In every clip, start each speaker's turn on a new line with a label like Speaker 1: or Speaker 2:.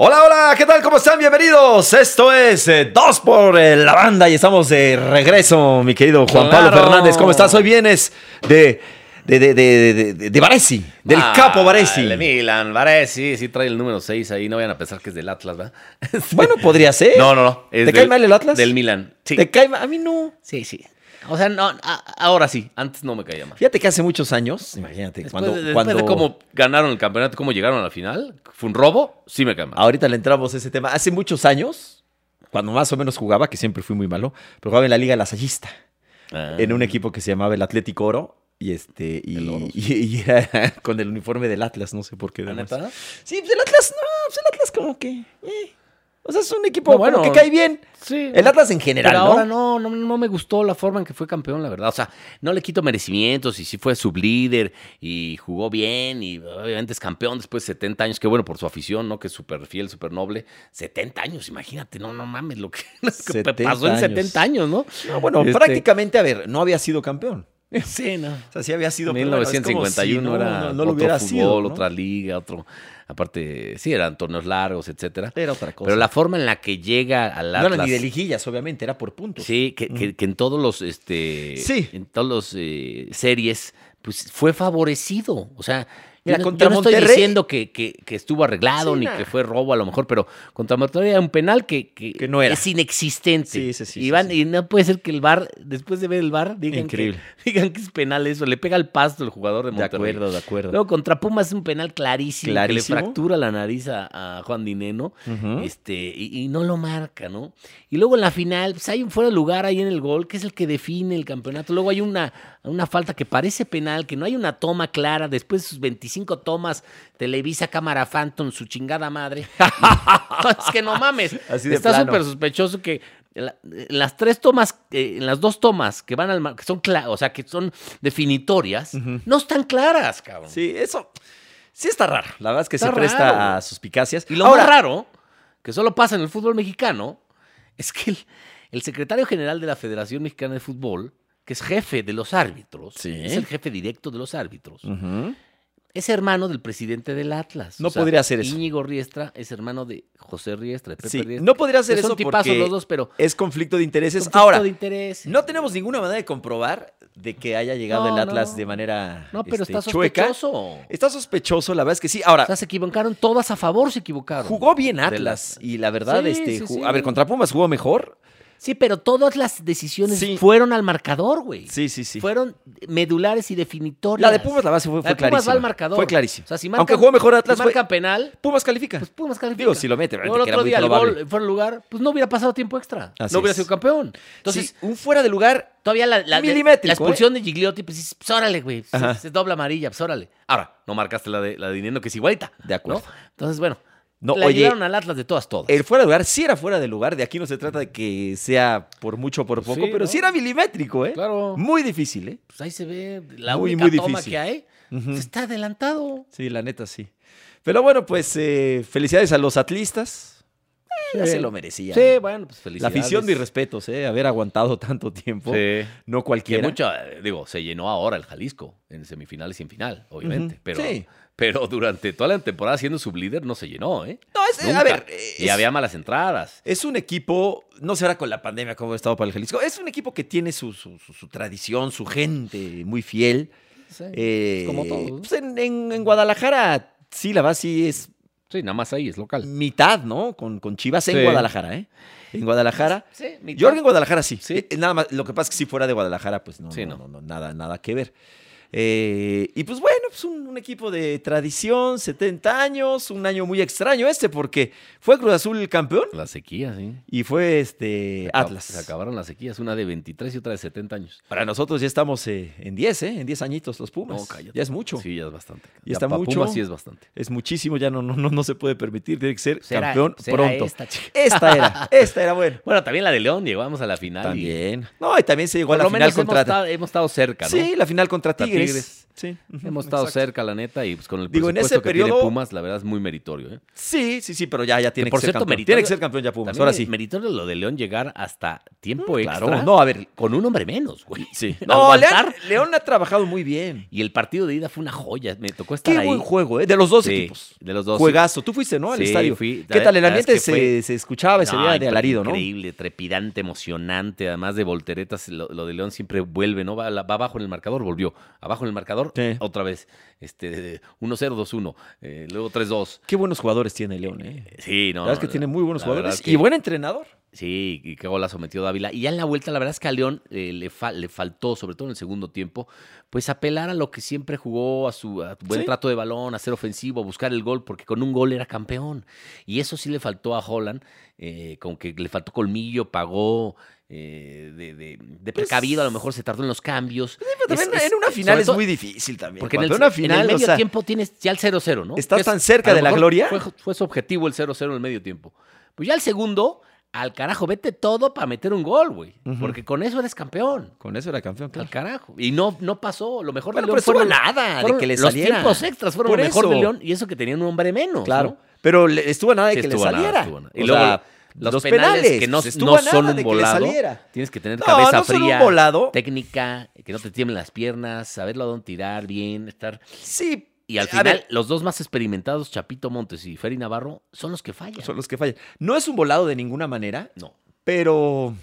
Speaker 1: Hola, hola, ¿qué tal? ¿Cómo están? Bienvenidos. Esto es eh, Dos por eh, la Banda y estamos de regreso, mi querido Juan
Speaker 2: Claro.
Speaker 1: Pablo Fernández. ¿Cómo estás? Hoy vienes de, de, de, de, de- de- de Baresi, del
Speaker 2: Ah,
Speaker 1: capo Baresi.
Speaker 2: El Milan, Varesi, sí trae el número 6 ahí, no vayan a pensar que es del Atlas, ¿verdad?
Speaker 1: Bueno, podría ser.
Speaker 2: No, no, no.
Speaker 1: ¿Eh? ¿Te
Speaker 2: es
Speaker 1: cae
Speaker 2: del-
Speaker 1: mal el Atlas?
Speaker 2: Del Milan. Sí.
Speaker 1: ¿Te cae mal? A mí no.
Speaker 2: Sí, sí. O sea, no, a- ahora sí, antes no me caía mal.
Speaker 1: Fíjate que hace muchos años, imagínate,
Speaker 2: Después,
Speaker 1: cuando,
Speaker 2: de- después
Speaker 1: cuando
Speaker 2: de cómo ganaron el campeonato, cómo llegaron a la final, fue un robo, sí me cae mal.
Speaker 1: ahorita le entramos a ese tema, hace muchos años, cuando más o menos jugaba, que siempre fui muy malo, pero jugaba en la Liga Lasallista.
Speaker 2: Ah.
Speaker 1: en un equipo que se llamaba el Atlético Oro y este y,
Speaker 2: El Oro.
Speaker 1: y- y era con el uniforme del Atlas, no sé por qué.
Speaker 2: ¿La
Speaker 1: demás.
Speaker 2: neta?
Speaker 1: Sí, pues el Atlas, no, pues el Atlas como que, eh. o sea, es un equipo
Speaker 2: No,
Speaker 1: como
Speaker 2: bueno,
Speaker 1: que cae bien.
Speaker 2: Sí.
Speaker 1: El Atlas en general,
Speaker 2: Pero
Speaker 1: ¿no?
Speaker 2: ahora no, no, no me gustó la forma en que fue campeón, la verdad. O sea, no le quito merecimientos y sí fue sublíder y jugó bien y obviamente es campeón después de 70 años. Qué bueno por su afición, ¿no? Que es súper fiel, súper noble. 70 años, imagínate, no, no mames lo que, lo que
Speaker 1: 70
Speaker 2: pasó en
Speaker 1: años.
Speaker 2: 70 años, ¿no?
Speaker 1: No, bueno,
Speaker 2: Este-
Speaker 1: prácticamente, a ver, no había sido campeón.
Speaker 2: Sí, no.
Speaker 1: O sea, sí había sido pero bueno, es como
Speaker 2: 1951
Speaker 1: si no-
Speaker 2: era
Speaker 1: no, no lo
Speaker 2: otro
Speaker 1: hubiera
Speaker 2: fútbol,
Speaker 1: sido, ¿no?
Speaker 2: otra liga, otro... Aparte, sí, eran torneos largos, etcétera.
Speaker 1: Era otra cosa.
Speaker 2: Pero la forma en la que llega al
Speaker 1: no
Speaker 2: Atlas...
Speaker 1: era ni de liguillas, obviamente, era por puntos.
Speaker 2: Sí, que, que- que en todos los este
Speaker 1: Pues, Sí.
Speaker 2: en todos los eh, series pues fue favorecido, o sea,
Speaker 1: Mira,
Speaker 2: yo no,
Speaker 1: contra
Speaker 2: yo no estoy
Speaker 1: Monterrey-
Speaker 2: diciendo que, que- que estuvo arreglado
Speaker 1: Sí,
Speaker 2: ni
Speaker 1: nah.
Speaker 2: que fue robo a lo mejor, pero contra Monterrey era un penal que, que,
Speaker 1: Que no era.
Speaker 2: es inexistente.
Speaker 1: Sí, sí, sí,
Speaker 2: Y
Speaker 1: sí,
Speaker 2: van-
Speaker 1: sí.
Speaker 2: y no puede ser que el VAR después de ver el VAR digan
Speaker 1: Increíble.
Speaker 2: que digan que es penal eso, le pega al pasto el jugador de
Speaker 1: de
Speaker 2: Monterrey.
Speaker 1: acuerdo, de acuerdo.
Speaker 2: Luego contra Pumas es un penal clarísimo, que
Speaker 1: Clarísimo.
Speaker 2: le fractura la nariz a, a Juan Dineno
Speaker 1: Ujú.
Speaker 2: este, y, y no lo marca, ¿no? Y luego en la final, pues hay un fuera de lugar ahí en el gol, que es el que define el campeonato. Luego hay una, una falta que parece penal, que no hay una toma clara. Después sus 25 tomas, Televisa, Cámara Phantom, su chingada madre. es que no mames.
Speaker 1: Así de
Speaker 2: Está
Speaker 1: plano.
Speaker 2: súper sospechoso que en la- en las tres tomas, eh, en las dos tomas que van al mar- que son cla- o sea, que son definitorias,
Speaker 1: Ujú.
Speaker 2: no están claras, cabrón.
Speaker 1: Sí, eso sí está raro. La verdad es que
Speaker 2: Está
Speaker 1: se presta
Speaker 2: raro.
Speaker 1: a suspicacias.
Speaker 2: Y lo
Speaker 1: Ahora,
Speaker 2: más raro, que solo pasa en el fútbol mexicano, es que el, el secretario general de la Federación Mexicana de Fútbol, que es jefe de los árbitros,
Speaker 1: Sí.
Speaker 2: es el jefe directo de los árbitros,
Speaker 1: Ujú.
Speaker 2: es hermano del presidente del Atlas.
Speaker 1: No podría hacer eso.
Speaker 2: Íñigo Riestra es hermano de José Riestra, de Pepe
Speaker 1: Sí,
Speaker 2: Riestra.
Speaker 1: no podría hacer
Speaker 2: Que son
Speaker 1: eso
Speaker 2: tipazos
Speaker 1: porque
Speaker 2: los dos, pero
Speaker 1: es conflicto de intereses.
Speaker 2: conflicto
Speaker 1: Ahora,
Speaker 2: de interés.
Speaker 1: No tenemos ninguna manera de comprobar de que haya llegado
Speaker 2: No,
Speaker 1: el
Speaker 2: no,
Speaker 1: Atlas
Speaker 2: no.
Speaker 1: de manera
Speaker 2: No, pero
Speaker 1: este,
Speaker 2: está
Speaker 1: chueca.
Speaker 2: sospechoso.
Speaker 1: Está sospechoso, la verdad es que sí. Ahora,
Speaker 2: O sea, se equivocaron todas a favor, se equivocaron.
Speaker 1: jugó bien
Speaker 2: Del
Speaker 1: Atlas y la verdad,
Speaker 2: Sí,
Speaker 1: este,
Speaker 2: sí,
Speaker 1: ju-
Speaker 2: sí.
Speaker 1: a ver, contra Pumas jugó mejor.
Speaker 2: Sí, pero todas las decisiones
Speaker 1: Sí.
Speaker 2: fueron al marcador, güey.
Speaker 1: Sí, sí, sí.
Speaker 2: Fueron medulares y definitorias.
Speaker 1: La de Pumas la base fue,
Speaker 2: La
Speaker 1: fue
Speaker 2: de Pumas
Speaker 1: clarísima.
Speaker 2: va al marcador.
Speaker 1: Fue clarísimo.
Speaker 2: O sea, si marcan-
Speaker 1: Aunque jugó mejor Atlas,
Speaker 2: Si
Speaker 1: fue-
Speaker 2: marcan penal,
Speaker 1: Pumas califica.
Speaker 2: pues Pumas califica.
Speaker 1: Digo, si lo mete,
Speaker 2: Luego
Speaker 1: obviamente,
Speaker 2: el
Speaker 1: que era
Speaker 2: otro
Speaker 1: muy
Speaker 2: día el
Speaker 1: probable.
Speaker 2: gol fuera de lugar, pues no hubiera pasado tiempo extra.
Speaker 1: Así
Speaker 2: no hubiera
Speaker 1: es.
Speaker 2: sido campeón. Entonces,
Speaker 1: Entonces, un fuera de lugar.
Speaker 2: todavía la, la, de-
Speaker 1: Milimétrico, ¿eh?
Speaker 2: la expulsión de Gigliotti, pues, dices, pues órale, güey. pues,
Speaker 1: Ajá.
Speaker 2: se, se dobla amarilla, pues órale. Ahora, no marcaste la de, la de Dineno, que es igualita.
Speaker 1: De acuerdo.
Speaker 2: ¿no? Entonces, bueno,
Speaker 1: No,
Speaker 2: la
Speaker 1: oye,
Speaker 2: llegaron al Atlas de todas, todas. ¿Eh?
Speaker 1: el fuera de lugar sí era fuera de lugar. De aquí no se trata de que sea por mucho o por
Speaker 2: Pues
Speaker 1: poco,
Speaker 2: sí,
Speaker 1: pero
Speaker 2: ¿no?
Speaker 1: sí era milimétrico, ¿eh?
Speaker 2: Claro.
Speaker 1: Muy difícil, ¿eh?
Speaker 2: Pues ahí se ve la
Speaker 1: Muy,
Speaker 2: única
Speaker 1: muy
Speaker 2: toma
Speaker 1: difícil.
Speaker 2: que hay.
Speaker 1: Ujú.
Speaker 2: pues, está adelantado.
Speaker 1: Sí, la neta sí. Pero bueno, pues eh, felicidades a los atlistas. Eh, ya
Speaker 2: Sí.
Speaker 1: se lo merecían.
Speaker 2: Sí, bueno, pues
Speaker 1: la
Speaker 2: felicidades.
Speaker 1: afición, mis respetos, eh, haber aguantado tanto tiempo.
Speaker 2: Sí.
Speaker 1: No
Speaker 2: Que
Speaker 1: cualquiera.
Speaker 2: mucho, eh, digo, se llenó ahora el Jalisco en semifinales y en final, obviamente.
Speaker 1: Ujú.
Speaker 2: pero,
Speaker 1: Sí.
Speaker 2: pero durante toda la temporada siendo sublíder no se llenó, ¿eh?
Speaker 1: No, es, eh,
Speaker 2: Nunca.
Speaker 1: a ver, eh,
Speaker 2: y
Speaker 1: es,
Speaker 2: había malas entradas.
Speaker 1: es un equipo, no será con la pandemia como ha estado para el Jalisco, es un equipo que tiene su, su- su- su tradición, su gente muy fiel. Eh,
Speaker 2: como todos, ¿no?
Speaker 1: pues en, en- en Guadalajara, sí, la base sí es
Speaker 2: Sí, nada más ahí es local.
Speaker 1: mitad, ¿no? Con, con Chivas en
Speaker 2: Sí.
Speaker 1: Guadalajara, ¿eh? En Guadalajara.
Speaker 2: Sí, mi
Speaker 1: Jorge en Guadalajara sí.
Speaker 2: Sí.
Speaker 1: Eh, Nada más, lo que pasa es que si fuera de Guadalajara, pues no,
Speaker 2: Sí,
Speaker 1: no,
Speaker 2: no.
Speaker 1: no, no, nada, nada que ver. Eh, y pues bueno, pues un, un equipo de tradición, 70 años, un año muy extraño este, porque fue Cruz Azul el campeón
Speaker 2: La sequía, sí.
Speaker 1: y fue este
Speaker 2: Se acab-
Speaker 1: Atlas.
Speaker 2: Eh, Se acabaron las sequías, una de 23 y otra de 70 años.
Speaker 1: Para nosotros ya estamos eh, en 10, ¿eh? En 10 añitos los Pumas.
Speaker 2: No, cállate.
Speaker 1: Ya es mucho.
Speaker 2: Sí, ya es bastante.
Speaker 1: Y está
Speaker 2: pa'
Speaker 1: mucho.
Speaker 2: Pumas sí es bastante.
Speaker 1: Es muchísimo, ya no, no, no, no se puede permitir, tiene que ser
Speaker 2: Pues era-
Speaker 1: campeón
Speaker 2: pues era
Speaker 1: pronto.
Speaker 2: esta, chica.
Speaker 1: Esta era, esta era bueno.
Speaker 2: Bueno, también la de León, llegamos a la final. y
Speaker 1: También. No, y también se llegó a
Speaker 2: por
Speaker 1: la
Speaker 2: lo
Speaker 1: final
Speaker 2: menos hemos
Speaker 1: contra
Speaker 2: estado, hemos estado cerca, ¿no?
Speaker 1: Sí, la final contra
Speaker 2: Contra
Speaker 1: Tigres.
Speaker 2: Tigres.
Speaker 1: Sí.
Speaker 2: Hemos
Speaker 1: Ujú.
Speaker 2: estado
Speaker 1: exacto.
Speaker 2: cerca, la neta, y pues con el
Speaker 1: Digo, en
Speaker 2: presupuesto
Speaker 1: ese
Speaker 2: que
Speaker 1: periodo-
Speaker 2: tiene Pumas, la verdad es muy meritorio. ¿eh?
Speaker 1: Sí, sí, sí, pero ya, ya tiene que,
Speaker 2: por
Speaker 1: ser
Speaker 2: cierto,
Speaker 1: campeón.
Speaker 2: meritorio-
Speaker 1: Tiene que ser campeón ya Pumas,
Speaker 2: También
Speaker 1: ahora
Speaker 2: es
Speaker 1: sí.
Speaker 2: Meritorio lo de León llegar hasta tiempo
Speaker 1: Mm,
Speaker 2: extra.
Speaker 1: claro. No, a ver.
Speaker 2: Con un hombre menos, güey.
Speaker 1: Sí. No, León,
Speaker 2: Aguantar.
Speaker 1: León ha trabajado muy bien.
Speaker 2: Y el partido de ida fue una joya. Me tocó estar
Speaker 1: Qué
Speaker 2: ahí.
Speaker 1: buen juego, ¿eh? De los dos
Speaker 2: Sí,
Speaker 1: equipos.
Speaker 2: De los dos.
Speaker 1: Juegazo. Tú fuiste, ¿no? Al
Speaker 2: Sí,
Speaker 1: estadio.
Speaker 2: fui.
Speaker 1: ¿Qué
Speaker 2: La-
Speaker 1: tal? El
Speaker 2: la verdad es
Speaker 1: ambiente
Speaker 2: que
Speaker 1: se,
Speaker 2: fue-
Speaker 1: se escuchaba, se
Speaker 2: No,
Speaker 1: veía de
Speaker 2: impre-
Speaker 1: alarido, ¿no?
Speaker 2: Increíble, trepidante, emocionante, además de volteretas. Lo, lo de León siempre vuelve, ¿no? Va, la- va abajo en el marcador, volvió. Abajo en el marcador,
Speaker 1: Sí.
Speaker 2: otra vez. Este, 1-0, 2-1, eh, luego 3-2.
Speaker 1: Qué buenos jugadores tiene León, ¿eh?
Speaker 2: Sí, no.
Speaker 1: la verdad es que
Speaker 2: no,
Speaker 1: tiene muy buenos
Speaker 2: la verdad
Speaker 1: jugadores
Speaker 2: es que-
Speaker 1: y buen entrenador.
Speaker 2: Sí, y qué golazo metió Dávila. Y ya en la vuelta, la verdad es que a León eh, le, fa- le faltó, sobre todo en el segundo tiempo, pues apelar a lo que siempre jugó, a su a buen
Speaker 1: Sí.
Speaker 2: trato de balón, a ser ofensivo, a buscar el gol, porque con un gol era campeón. Y eso sí le faltó a Holland, eh, con que le faltó colmillo, pagó. eh, de, de- de
Speaker 1: Pues-
Speaker 2: precavido, a lo mejor se tardó en los cambios.
Speaker 1: Pero
Speaker 2: Es-
Speaker 1: también
Speaker 2: es-
Speaker 1: en una
Speaker 2: sobre
Speaker 1: final es
Speaker 2: todo-
Speaker 1: muy difícil también.
Speaker 2: porque en
Speaker 1: Juan,
Speaker 2: el,
Speaker 1: pero una
Speaker 2: en el
Speaker 1: final, o
Speaker 2: medio
Speaker 1: sea,
Speaker 2: tiempo tienes ya el 0-0, ¿no?
Speaker 1: ¿Estás
Speaker 2: Que es-
Speaker 1: tan cerca
Speaker 2: a lo
Speaker 1: de la
Speaker 2: mejor
Speaker 1: gloria?
Speaker 2: Fue, fue su objetivo el 0-0 en el medio tiempo. Pues ya el segundo, al carajo, vete todo para meter un gol, güey.
Speaker 1: Ujú.
Speaker 2: Porque con eso eres campeón.
Speaker 1: con eso era campeón, claro.
Speaker 2: Al carajo. Y no, no pasó. Lo mejor
Speaker 1: Bueno,
Speaker 2: de León
Speaker 1: pero
Speaker 2: fueron,
Speaker 1: estuvo a nada de
Speaker 2: fueron
Speaker 1: que le
Speaker 2: los
Speaker 1: saliera.
Speaker 2: tiempos extras fueron
Speaker 1: Por
Speaker 2: lo mejor
Speaker 1: eso.
Speaker 2: de León. Y eso que tenían un hombre menos,
Speaker 1: Claro.
Speaker 2: ¿no?
Speaker 1: Pero le- estuvo a nada de
Speaker 2: Sí,
Speaker 1: que le
Speaker 2: estuvo a nada,
Speaker 1: saliera.
Speaker 2: estuvo a nada.
Speaker 1: O
Speaker 2: Y luego
Speaker 1: sea,
Speaker 2: los, penales, que no,
Speaker 1: pues, estuvo
Speaker 2: no
Speaker 1: a nada
Speaker 2: son
Speaker 1: de
Speaker 2: un
Speaker 1: que le
Speaker 2: volado.
Speaker 1: saliera.
Speaker 2: Tienes que tener
Speaker 1: No,
Speaker 2: cabeza
Speaker 1: no son un
Speaker 2: fría,
Speaker 1: volado.
Speaker 2: técnica, que no te tiemblen las piernas, saberlo a dónde tirar bien, estar
Speaker 1: Sí.
Speaker 2: Y al
Speaker 1: a
Speaker 2: final,
Speaker 1: ver,
Speaker 2: los dos más experimentados, Chapito Montes y Ferry Navarro, son los que fallan.
Speaker 1: son los que fallan. No es un volado de ninguna manera,
Speaker 2: No.
Speaker 1: pero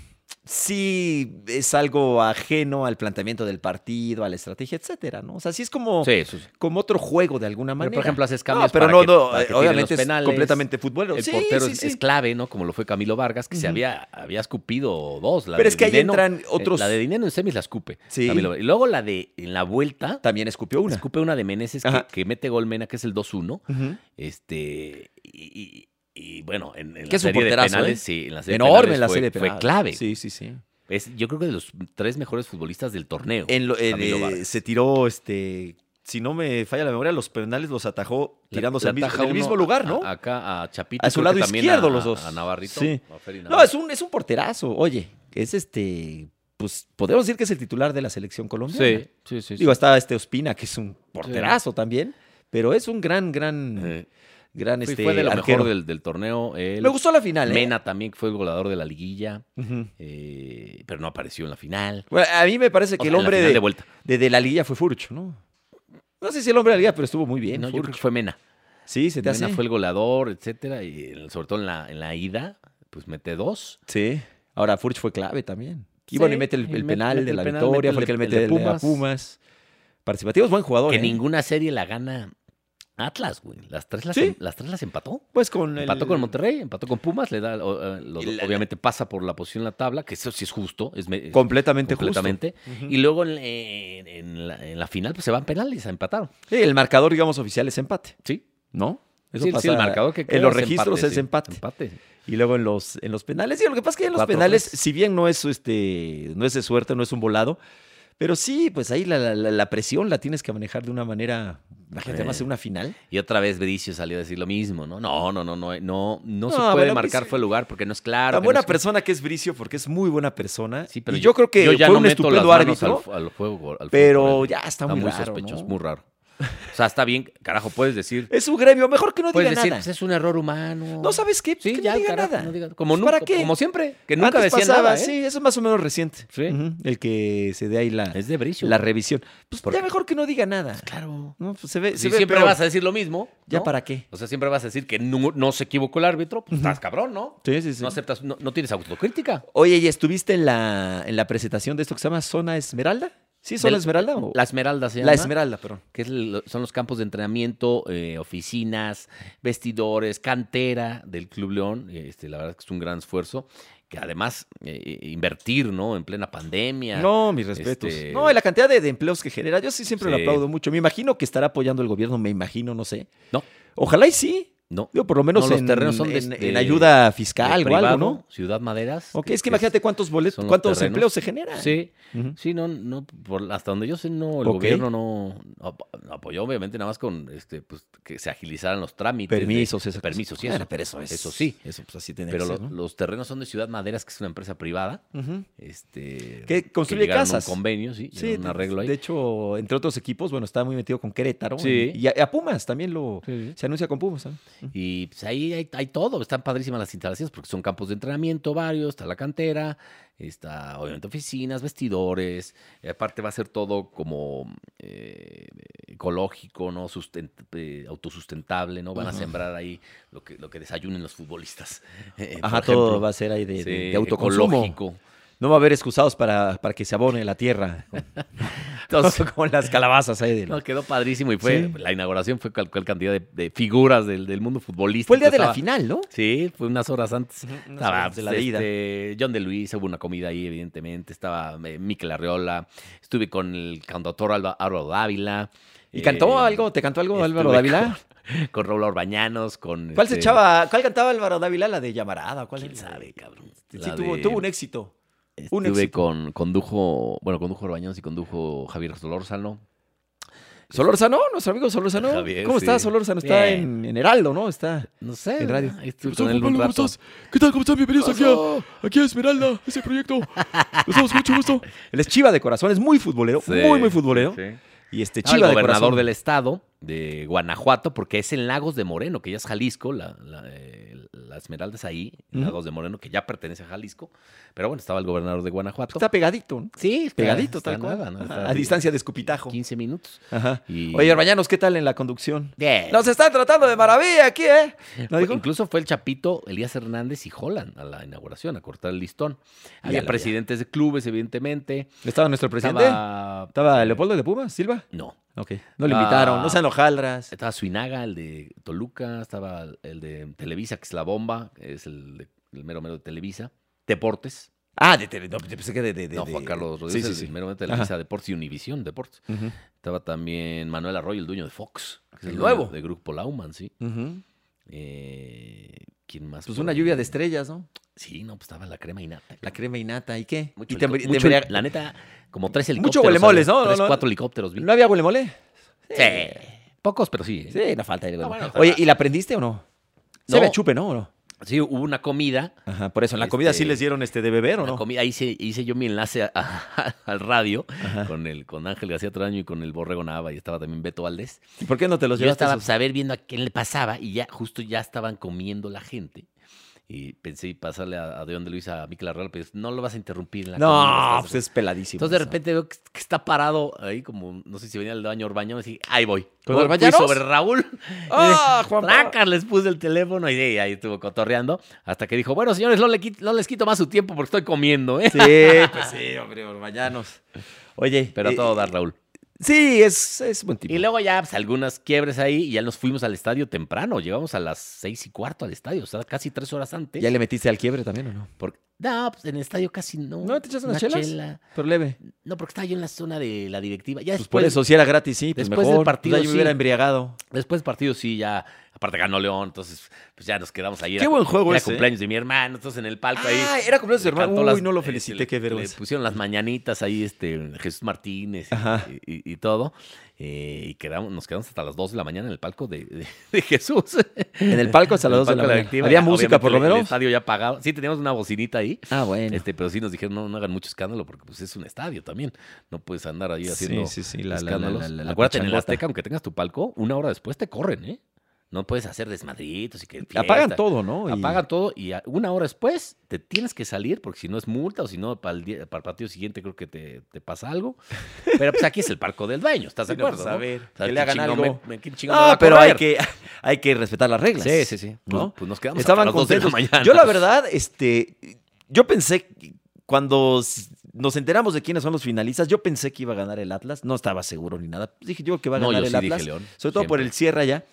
Speaker 1: sí es algo ajeno al planteamiento del partido, a la estrategia, etcétera, ¿no? O sea, sí es como,
Speaker 2: Sí, eso sí.
Speaker 1: como otro juego de alguna
Speaker 2: Pero,
Speaker 1: manera.
Speaker 2: por ejemplo, haces cambios.
Speaker 1: no, pero
Speaker 2: para
Speaker 1: no,
Speaker 2: que-
Speaker 1: no, eh,
Speaker 2: para que tiren
Speaker 1: obviamente
Speaker 2: los penales.
Speaker 1: es completamente futbolero.
Speaker 2: El
Speaker 1: Sí,
Speaker 2: portero
Speaker 1: sí,
Speaker 2: es-
Speaker 1: sí.
Speaker 2: es clave, ¿no? Como lo fue Camilo Vargas, que se
Speaker 1: Ujú.
Speaker 2: había, había escupido dos. La
Speaker 1: Pero
Speaker 2: de
Speaker 1: es que ahí
Speaker 2: Dineno,
Speaker 1: entran
Speaker 2: eh,
Speaker 1: otros-
Speaker 2: La de Dinero en semis la escupe.
Speaker 1: Sí.
Speaker 2: Camilo Vargas. Y luego la de en la vuelta,
Speaker 1: También escupió una.
Speaker 2: escupe una de Meneses que,
Speaker 1: Ajá.
Speaker 2: que mete gol Mena, que es el 2-1.
Speaker 1: Ujú.
Speaker 2: Este. Y, y- y bueno, en, en
Speaker 1: Que es
Speaker 2: la
Speaker 1: un
Speaker 2: serie de
Speaker 1: porterazo,
Speaker 2: penales,
Speaker 1: ¿eh?
Speaker 2: sí, en la serie de
Speaker 1: Enorme
Speaker 2: penales
Speaker 1: la
Speaker 2: fue-
Speaker 1: serie de
Speaker 2: Fue
Speaker 1: penales.
Speaker 2: clave.
Speaker 1: Sí, sí, sí.
Speaker 2: Es, yo creo que de los tres mejores futbolistas del torneo.
Speaker 1: En lo- en,
Speaker 2: Camilo
Speaker 1: eh,
Speaker 2: Vargas.
Speaker 1: se tiró, este, si no me falla la memoria, los penales los atajó
Speaker 2: La-
Speaker 1: tirándose
Speaker 2: la
Speaker 1: al mismo-
Speaker 2: ataja
Speaker 1: en el
Speaker 2: uno
Speaker 1: mismo lugar,
Speaker 2: a-
Speaker 1: ¿no?
Speaker 2: a- acá a Chapito.
Speaker 1: A su
Speaker 2: creo
Speaker 1: lado
Speaker 2: que también
Speaker 1: izquierdo
Speaker 2: a-
Speaker 1: los dos.
Speaker 2: A Navarrito.
Speaker 1: Sí.
Speaker 2: a Ferry
Speaker 1: No, es
Speaker 2: Navarro.
Speaker 1: un, es un porterazo. Oye, es este, pues podemos decir que es el titular de la selección colombiana.
Speaker 2: Sí, sí, sí. sí.
Speaker 1: ¿eh? Digo, está este Ospina, que es un porterazo también, pero es un gran, gran,
Speaker 2: Eh,
Speaker 1: gran
Speaker 2: fue-
Speaker 1: este,
Speaker 2: fue de lo
Speaker 1: arquero.
Speaker 2: mejor del, del torneo. él.
Speaker 1: Me gustó la final, ¿eh?
Speaker 2: Mena también, que fue el goleador de la liguilla.
Speaker 1: Ujú.
Speaker 2: eh, pero no apareció en la final.
Speaker 1: Bueno, a mí me parece
Speaker 2: O
Speaker 1: que el
Speaker 2: sea, en la
Speaker 1: hombre
Speaker 2: final
Speaker 1: de,
Speaker 2: de vuelta.
Speaker 1: de- de la liguilla fue Furch, ¿no? No sé si el hombre de la liguilla, pero estuvo muy bien.
Speaker 2: No, yo creo
Speaker 1: Furch.
Speaker 2: que fue Mena.
Speaker 1: Sí, se te
Speaker 2: Mena
Speaker 1: hace.
Speaker 2: fue el goleador, etcétera. Y eh, sobre todo en la, en la ida, pues mete dos.
Speaker 1: Sí. Ahora Furch fue clave también. Y
Speaker 2: Sí,
Speaker 1: bueno, y mete el,
Speaker 2: y
Speaker 1: el
Speaker 2: met-
Speaker 1: penal
Speaker 2: mete
Speaker 1: de
Speaker 2: el
Speaker 1: la
Speaker 2: penal,
Speaker 1: victoria,
Speaker 2: mete
Speaker 1: fue el que
Speaker 2: el
Speaker 1: le
Speaker 2: de-
Speaker 1: mete
Speaker 2: el
Speaker 1: el
Speaker 2: de
Speaker 1: de a
Speaker 2: Pumas.
Speaker 1: Pumas. Participativos, buen jugador.
Speaker 2: Que
Speaker 1: ¿eh?
Speaker 2: ninguna serie la gana Atlas, güey. Las tres las,
Speaker 1: Sí.
Speaker 2: em- las tres las empató.
Speaker 1: Pues con el-
Speaker 2: Empató con Monterrey, empató con Pumas, le da, o, eh, lo-
Speaker 1: Y la-
Speaker 2: obviamente pasa por la posición en la tabla, que eso sí es justo, es, me- es
Speaker 1: Completamente,
Speaker 2: completamente.
Speaker 1: justo.
Speaker 2: Y luego en, en- en la, en la final pues se van penales, empataron.
Speaker 1: Sí, el marcador, digamos, oficial es empate,
Speaker 2: Sí,
Speaker 1: ¿no?
Speaker 2: Sí, sí, el marcador que queda
Speaker 1: En los
Speaker 2: es
Speaker 1: registros es
Speaker 2: sí.
Speaker 1: empate.
Speaker 2: empate.
Speaker 1: Y luego en los, en los penales. Y lo que pasa es que en los
Speaker 2: Cuatro,
Speaker 1: penales,
Speaker 2: tres.
Speaker 1: si bien no es, este, no es de suerte, no es un volado, pero sí, pues ahí la, la- la- la presión la tienes que manejar de una manera. Imagínate,
Speaker 2: Eh.
Speaker 1: más en una final.
Speaker 2: Y otra vez Bericio salió a decir lo mismo, ¿no? No, no, no, no, no, no se
Speaker 1: No,
Speaker 2: puede
Speaker 1: bueno,
Speaker 2: marcar
Speaker 1: pues,
Speaker 2: fue lugar porque no es claro.
Speaker 1: Tan
Speaker 2: que
Speaker 1: buena
Speaker 2: no es-
Speaker 1: persona que es Bricio, porque es muy buena persona.
Speaker 2: Sí, pero
Speaker 1: y yo, creo que
Speaker 2: yo ya
Speaker 1: fue
Speaker 2: no
Speaker 1: un
Speaker 2: meto
Speaker 1: estupendo
Speaker 2: las manos
Speaker 1: árbitro.
Speaker 2: al, al fuego, al fuego
Speaker 1: pero
Speaker 2: por él.
Speaker 1: ya está muy raro,
Speaker 2: sospechoso,
Speaker 1: ¿no?
Speaker 2: muy raro. O sea, está bien, carajo, puedes decir,
Speaker 1: Es un gremio, mejor que no diga
Speaker 2: puedes decir,
Speaker 1: nada.
Speaker 2: pues, es un error humano.
Speaker 1: No sabes qué, pues,
Speaker 2: Sí,
Speaker 1: que
Speaker 2: ya,
Speaker 1: no diga
Speaker 2: carajo,
Speaker 1: nada.
Speaker 2: no diga- como
Speaker 1: Pues,
Speaker 2: nunca,
Speaker 1: ¿para qué?
Speaker 2: como siempre, que nunca
Speaker 1: Antes
Speaker 2: decía
Speaker 1: pasaba,
Speaker 2: nada, ¿eh?
Speaker 1: Sí, eso es más o menos reciente.
Speaker 2: Sí.
Speaker 1: Ujú, El que se dé ahí la,
Speaker 2: Es de Bricio.
Speaker 1: la revisión. Pues
Speaker 2: ¿Por
Speaker 1: ya
Speaker 2: qué?
Speaker 1: mejor que no diga nada.
Speaker 2: Claro.
Speaker 1: No, pues se ve, se
Speaker 2: Si
Speaker 1: ve
Speaker 2: siempre
Speaker 1: peor.
Speaker 2: vas a decir lo mismo.
Speaker 1: ¿Ya
Speaker 2: ¿no?
Speaker 1: para qué?
Speaker 2: O sea, siempre vas a decir que no, no se equivocó el árbitro, pues estás cabrón, ¿no?
Speaker 1: Sí, sí, sí.
Speaker 2: No aceptas, no, no tienes autocrítica.
Speaker 1: Oye, ¿y estuviste en la, en la presentación de esto que se llama Zona Esmeralda? ¿Sí, Zona
Speaker 2: Del-
Speaker 1: Esmeralda? o-
Speaker 2: La Esmeralda se
Speaker 1: La
Speaker 2: llama.
Speaker 1: Esmeralda, perdón.
Speaker 2: Que es el- son los campos de entrenamiento, eh, oficinas, vestidores, cantera del Club León. Este, la verdad es que es un gran esfuerzo. Que además, eh, invertir, ¿no? En plena pandemia.
Speaker 1: No, mis respetos.
Speaker 2: Este-
Speaker 1: No, y la cantidad de, de empleos que genera, yo sí siempre lo
Speaker 2: Sí.
Speaker 1: aplaudo mucho. Me imagino que estará apoyando el gobierno, me imagino, no sé.
Speaker 2: No,
Speaker 1: Ojalá y sí.
Speaker 2: No.
Speaker 1: Digo, por lo menos
Speaker 2: No, los
Speaker 1: en,
Speaker 2: terrenos son de-
Speaker 1: en-
Speaker 2: de-
Speaker 1: en ayuda
Speaker 2: De
Speaker 1: fiscal o algo,
Speaker 2: privado,
Speaker 1: ¿no?
Speaker 2: Ciudad Maderas.
Speaker 1: Ok, es que imagínate cuántos boletos,
Speaker 2: son los
Speaker 1: cuántos
Speaker 2: terrenos.
Speaker 1: empleos se generan.
Speaker 2: Sí,
Speaker 1: Ujú.
Speaker 2: sí, no, no, por- hasta donde yo sé, no, el
Speaker 1: Ok.
Speaker 2: gobierno no, no ap- no apoyó, obviamente, nada más con este, pues, que se agilizaran los trámites. de-
Speaker 1: Permisos, eso.
Speaker 2: permisos, sí, eso,
Speaker 1: pero eso es.
Speaker 2: eso sí.
Speaker 1: Eso pues así tiene
Speaker 2: Pero
Speaker 1: que
Speaker 2: lo-
Speaker 1: ser, ¿no?
Speaker 2: los terrenos son de Ciudad Maderas, que es una empresa privada.
Speaker 1: Ujú.
Speaker 2: Este,
Speaker 1: Que construye
Speaker 2: llegaron a
Speaker 1: casas.
Speaker 2: Un convenio, sí,
Speaker 1: Sí,
Speaker 2: llegaron a un arreglo ahí.
Speaker 1: de hecho, entre otros equipos, bueno, está muy metido con Querétaro.
Speaker 2: Sí.
Speaker 1: Y a, a Pumas también lo...
Speaker 2: Sí, sí.
Speaker 1: Se anuncia con Pumas. ¿sabes?
Speaker 2: Y pues ahí hay, hay todo, están padrísimas las instalaciones porque son campos de entrenamiento varios, está la cantera, está obviamente oficinas, vestidores, y aparte va a ser todo como eh, ecológico, ¿no? Sustent- eh, autosustentable, ¿no? Van a
Speaker 1: Ujú.
Speaker 2: sembrar ahí lo que, lo que desayunen los futbolistas. eh,
Speaker 1: Ajá,
Speaker 2: por
Speaker 1: todo
Speaker 2: ejemplo.
Speaker 1: va a ser ahí de, de-
Speaker 2: Sí,
Speaker 1: de autoconsumo.
Speaker 2: ecológico.
Speaker 1: No va a haber excusados para, para que se abone la tierra. Entonces, con las calabazas eh, ahí. del-
Speaker 2: No, quedó padrísimo y fue,
Speaker 1: Sí.
Speaker 2: la inauguración fue cual, cual cantidad de, de figuras del, del mundo futbolístico.
Speaker 1: Fue el día de la
Speaker 2: Estaba-
Speaker 1: final, ¿no?
Speaker 2: Sí, fue unas horas antes.
Speaker 1: Ujú, unas
Speaker 2: Estaba
Speaker 1: horas de la
Speaker 2: pues,
Speaker 1: ida.
Speaker 2: este, John de Luis, hubo una comida ahí, evidentemente. Estaba eh, Mikel Arriola. Estuve con el cantautor Alba- Álvaro Dávila.
Speaker 1: ¿Y
Speaker 2: eh,
Speaker 1: cantó algo? ¿Te cantó algo
Speaker 2: estuve
Speaker 1: Álvaro Dávila?
Speaker 2: Con, con Raúl Orbañanos, con.
Speaker 1: ¿Cuál se
Speaker 2: este,
Speaker 1: echaba? ¿Cuál cantaba Álvaro Dávila? ¿La de Llamarada? ¿Cuál
Speaker 2: ¿Quién
Speaker 1: era?
Speaker 2: sabe, cabrón?
Speaker 1: Sí,
Speaker 2: La
Speaker 1: tuvo,
Speaker 2: de-
Speaker 1: tuvo un éxito. un
Speaker 2: Estuve
Speaker 1: éxito.
Speaker 2: con. Condujo. Bueno, condujo Orbañanos y condujo Javier Solórzano.
Speaker 1: Solorzano, nuestro amigo Solorzano.
Speaker 2: Javier,
Speaker 1: ¿Cómo está
Speaker 2: sí.
Speaker 1: Solorzano? Está
Speaker 2: Bien.
Speaker 1: en, en Heraldo, ¿no? Está
Speaker 2: No sé.
Speaker 1: en radio.
Speaker 2: ahí
Speaker 1: ¿Qué
Speaker 2: estuve
Speaker 1: pasó,
Speaker 2: con él un
Speaker 1: Pablo? ¿Cómo
Speaker 2: rato.
Speaker 1: estás? ¿Qué tal? ¿Cómo están? Bienvenidos aquí a, aquí a Esmeralda, ese proyecto. Nos damos mucho gusto. Él es chiva de corazón, es muy futbolero,
Speaker 2: Sí,
Speaker 1: muy, muy futbolero.
Speaker 2: sí.
Speaker 1: Y este
Speaker 2: Estaba
Speaker 1: chiva de
Speaker 2: el gobernador
Speaker 1: corazón.
Speaker 2: del estado de Guanajuato, porque es en Lagos de Moreno, que ya es Jalisco, la, la, eh, la Esmeralda es ahí, en
Speaker 1: Ujú.
Speaker 2: Lagos de Moreno, que ya pertenece a Jalisco. Pero bueno, estaba el gobernador de Guanajuato.
Speaker 1: Está pegadito, ¿no?
Speaker 2: sí, está-
Speaker 1: pegadito,
Speaker 2: está
Speaker 1: tal cual.
Speaker 2: nada, ¿no? Está
Speaker 1: Ajá, a
Speaker 2: así,
Speaker 1: distancia de escupitajo.
Speaker 2: 15 minutos.
Speaker 1: Ajá.
Speaker 2: Y-
Speaker 1: Oye, Herbañanos, ¿qué tal en la conducción?
Speaker 2: Bien.
Speaker 1: Nos están tratando de maravilla aquí, ¿eh? ¿No
Speaker 2: Fue-
Speaker 1: dijo?
Speaker 2: Incluso fue el Chapito, Elías Hernández y Holland a la inauguración, a cortar el listón. Había
Speaker 1: Yala, ya.
Speaker 2: presidentes de clubes, evidentemente.
Speaker 1: ¿Estaba nuestro presidente? Estaba,
Speaker 2: Estaba-
Speaker 1: Leopoldo de Pumas, Silva.
Speaker 2: No,
Speaker 1: Ok. No lo
Speaker 2: Ah.
Speaker 1: invitaron, no sean ojalras.
Speaker 2: Estaba Suinaga, el de Toluca, estaba el- el de Televisa, que es la bomba, que es el, de- el mero mero de Televisa. Deportes.
Speaker 1: Ah, de, tele- no, yo pensé que de, de, de-
Speaker 2: no,
Speaker 1: de-
Speaker 2: Juan Carlos
Speaker 1: Sí,
Speaker 2: Rodríguez,
Speaker 1: sí,
Speaker 2: el
Speaker 1: sí.
Speaker 2: mero mero de Televisa, Deportes y Univisión, Deportes.
Speaker 1: Ujú,
Speaker 2: Estaba también Manuel Arroyo, el dueño de Fox. Que es
Speaker 1: El
Speaker 2: dueño
Speaker 1: nuevo.
Speaker 2: De Grupo Lauman, sí.
Speaker 1: ujú.
Speaker 2: Eh, ¿Quién más?
Speaker 1: Pues
Speaker 2: por
Speaker 1: una
Speaker 2: ahí?
Speaker 1: lluvia de estrellas, ¿no?
Speaker 2: Sí, no, pues estaba la crema y nata.
Speaker 1: La crema y nata, ¿y qué?
Speaker 2: Mucho
Speaker 1: Y te-
Speaker 2: helicóptero,
Speaker 1: te-
Speaker 2: mucho-
Speaker 1: debería-
Speaker 2: La neta, como tres
Speaker 1: Mucho
Speaker 2: helicópteros.
Speaker 1: huelemoles,
Speaker 2: había,
Speaker 1: ¿no?
Speaker 2: Tres,
Speaker 1: No, no.
Speaker 2: cuatro helicópteros. vi.
Speaker 1: ¿No había huelemole?
Speaker 2: Sí. Pocos, pero sí. ¿eh?
Speaker 1: Sí, no falta el
Speaker 2: bueno,
Speaker 1: huelemole.
Speaker 2: está
Speaker 1: Oye,
Speaker 2: bien.
Speaker 1: ¿y la aprendiste o no? Se
Speaker 2: No.
Speaker 1: ve chupe, ¿no? ¿O no?
Speaker 2: Sí, hubo una comida.
Speaker 1: Ajá, por eso, en la comida sí
Speaker 2: Este,
Speaker 1: les dieron este de beber, ¿o
Speaker 2: La
Speaker 1: no?
Speaker 2: comida, ahí hice, hice yo mi enlace a- a- al radio
Speaker 1: Ajá.
Speaker 2: con el con Ángel García Toraño y con el Borrego Nava y estaba también Beto Valdés.
Speaker 1: ¿Y por qué no te los
Speaker 2: Yo
Speaker 1: llevaste?
Speaker 2: estaba
Speaker 1: esos?
Speaker 2: pues, a ver viendo a quién le pasaba y ya justo ya estaban comiendo la gente. Y pensé pasarle a, a Deón de Luis a Miquel Arreal, pues no lo vas a interrumpir en la comida,
Speaker 1: No,
Speaker 2: estás-
Speaker 1: pues es peladísimo.
Speaker 2: Entonces de
Speaker 1: eso.
Speaker 2: repente veo que, que está parado ahí como, no sé si venía el baño Orbañón, así, ahí voy.
Speaker 1: ¿Con
Speaker 2: Fui
Speaker 1: Orbañanos?
Speaker 2: sobre Raúl.
Speaker 1: ¡Ah, Juan Pablo!
Speaker 2: Tracas, les puse el teléfono y sí, ahí estuvo cotorreando. Hasta que dijo, bueno, señores, no, le quit- no les quito más su tiempo porque estoy comiendo, ¿eh?
Speaker 1: Sí, pues sí, hombre, orbañanos. Oye.
Speaker 2: Pero a
Speaker 1: eh,
Speaker 2: todo dar, Raúl.
Speaker 1: Sí, es, es buen tipo.
Speaker 2: Y luego ya, pues, algunas quiebres ahí y ya nos fuimos al estadio temprano. Llegamos a las seis y cuarto al estadio, o sea, casi tres horas antes.
Speaker 1: ¿Ya le metiste al quiebre también o no?
Speaker 2: Porque, no, pues en el estadio casi no.
Speaker 1: ¿No te echaste unas
Speaker 2: Una
Speaker 1: chelas?
Speaker 2: chela.
Speaker 1: Pero leve.
Speaker 2: No, porque estaba yo en la zona de la directiva. Ya
Speaker 1: Pues
Speaker 2: después,
Speaker 1: por eso, si era gratis, sí, pues
Speaker 2: después del
Speaker 1: mejor. Pues
Speaker 2: partido,
Speaker 1: ya yo
Speaker 2: sí.
Speaker 1: me hubiera embriagado.
Speaker 2: después del partido sí, ya, aparte ganó León, entonces pues ya nos quedamos ahí.
Speaker 1: Qué buen juego
Speaker 2: Era
Speaker 1: ese, ¿eh?
Speaker 2: cumpleaños de mi hermano, entonces en el palco ahí.
Speaker 1: Ah, era cumpleaños de su hermano.
Speaker 2: cantó
Speaker 1: Uy,
Speaker 2: las-
Speaker 1: no lo
Speaker 2: este,
Speaker 1: felicité,
Speaker 2: le-
Speaker 1: qué
Speaker 2: Le
Speaker 1: vergüenza.
Speaker 2: pusieron las mañanitas ahí, este, Jesús Martínez y-
Speaker 1: Ajá.
Speaker 2: y, y- y todo. eh, y quedamos, nos quedamos hasta las 2 de la mañana en el palco de, de- de Jesús.
Speaker 1: En el palco hasta las 2 de
Speaker 2: En
Speaker 1: la
Speaker 2: el palco
Speaker 1: mañana.
Speaker 2: directiva,
Speaker 1: Había
Speaker 2: ya,
Speaker 1: música, por lo
Speaker 2: obviamente, el- El
Speaker 1: menos.
Speaker 2: estadio ya pagado. Sí, teníamos una bocinita ahí.
Speaker 1: Ah, bueno.
Speaker 2: Este, pero sí nos dijeron, no, no hagan mucho escándalo porque pues, es un estadio también. No puedes andar ahí haciendo
Speaker 1: sí, sí, la- la- la-
Speaker 2: escándalos.
Speaker 1: la- la- la
Speaker 2: Acuérdate, en el
Speaker 1: pachangota.
Speaker 2: Azteca, aunque tengas tu palco, una hora después te corren, ¿eh? No puedes hacer desmadritos y que fiesta.
Speaker 1: Apagan todo, ¿no? Y-
Speaker 2: Apagan todo y a- una hora después te tienes que salir porque si no es multa o si no para el, día- para el partido siguiente creo que te, te pasa algo. Pero pues aquí es el palco del dueño, ¿estás de
Speaker 1: Sí, no,
Speaker 2: acuerdo?
Speaker 1: pues, a
Speaker 2: no?
Speaker 1: ver,
Speaker 2: O
Speaker 1: que
Speaker 2: sea,
Speaker 1: le
Speaker 2: ¿qué
Speaker 1: hagan
Speaker 2: chingón
Speaker 1: algo.
Speaker 2: me- me- qué chingón me va
Speaker 1: Ah,
Speaker 2: a
Speaker 1: pero hay
Speaker 2: correr?
Speaker 1: que, hay que respetar las reglas.
Speaker 2: Sí, sí, sí. Pues,
Speaker 1: ¿No?
Speaker 2: pues nos quedamos
Speaker 1: Estaban
Speaker 2: hasta las dos de la
Speaker 1: contentos.
Speaker 2: mañana.
Speaker 1: Yo, la verdad, este, yo pensé, que cuando s- nos enteramos de quiénes son los finalistas, yo pensé que iba a ganar el Atlas. No estaba seguro ni nada. Pues Dije yo que va a
Speaker 2: No,
Speaker 1: ganar
Speaker 2: yo
Speaker 1: el
Speaker 2: sí dije
Speaker 1: Atlas.
Speaker 2: León,
Speaker 1: sobre todo por
Speaker 2: siempre.
Speaker 1: el cierre allá.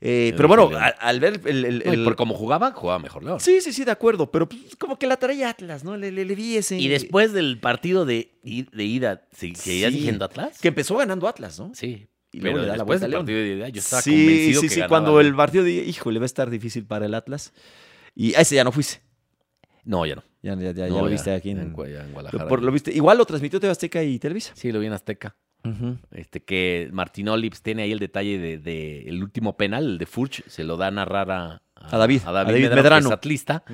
Speaker 1: Eh,
Speaker 2: Yo
Speaker 1: pero
Speaker 2: dije
Speaker 1: bueno,
Speaker 2: León.
Speaker 1: a- al ver el. el-
Speaker 2: No, y
Speaker 1: el-
Speaker 2: por cómo jugaba, jugaba mejor León.
Speaker 1: Sí, sí, sí, de acuerdo. Pero pues, como que la traía Atlas, ¿no? Le, le, le vi ese.
Speaker 2: Y después del partido de, i- de ida, sí, que ya
Speaker 1: Sí.
Speaker 2: diciendo Atlas.
Speaker 1: Que empezó ganando Atlas, ¿no?
Speaker 2: Sí.
Speaker 1: Y Y luego
Speaker 2: Pero
Speaker 1: le da la
Speaker 2: después
Speaker 1: vuelta a
Speaker 2: del
Speaker 1: León.
Speaker 2: partido de ida, yo estaba
Speaker 1: sí,
Speaker 2: convencido
Speaker 1: sí,
Speaker 2: que
Speaker 1: sí.
Speaker 2: ganaba
Speaker 1: Cuando el
Speaker 2: León.
Speaker 1: partido dije, híjole, va a estar difícil para el Atlas. Y a ese ya no fuiste.
Speaker 2: No, ya no.
Speaker 1: Ya, ya, ya, ya
Speaker 2: No,
Speaker 1: lo viste aquí en,
Speaker 2: en, Gua- ya en
Speaker 1: lo-
Speaker 2: Guadalajara.
Speaker 1: por- lo viste. Igual lo transmitió TV Azteca y Televisa.
Speaker 2: Sí, lo vi en Azteca. Este, que Martín Olips tiene ahí el detalle del de, el último penal, el de Furch, se lo da a narrar a,
Speaker 1: A David,
Speaker 2: a
Speaker 1: a David
Speaker 2: Medrano, que
Speaker 1: Medrano.
Speaker 2: es atlista.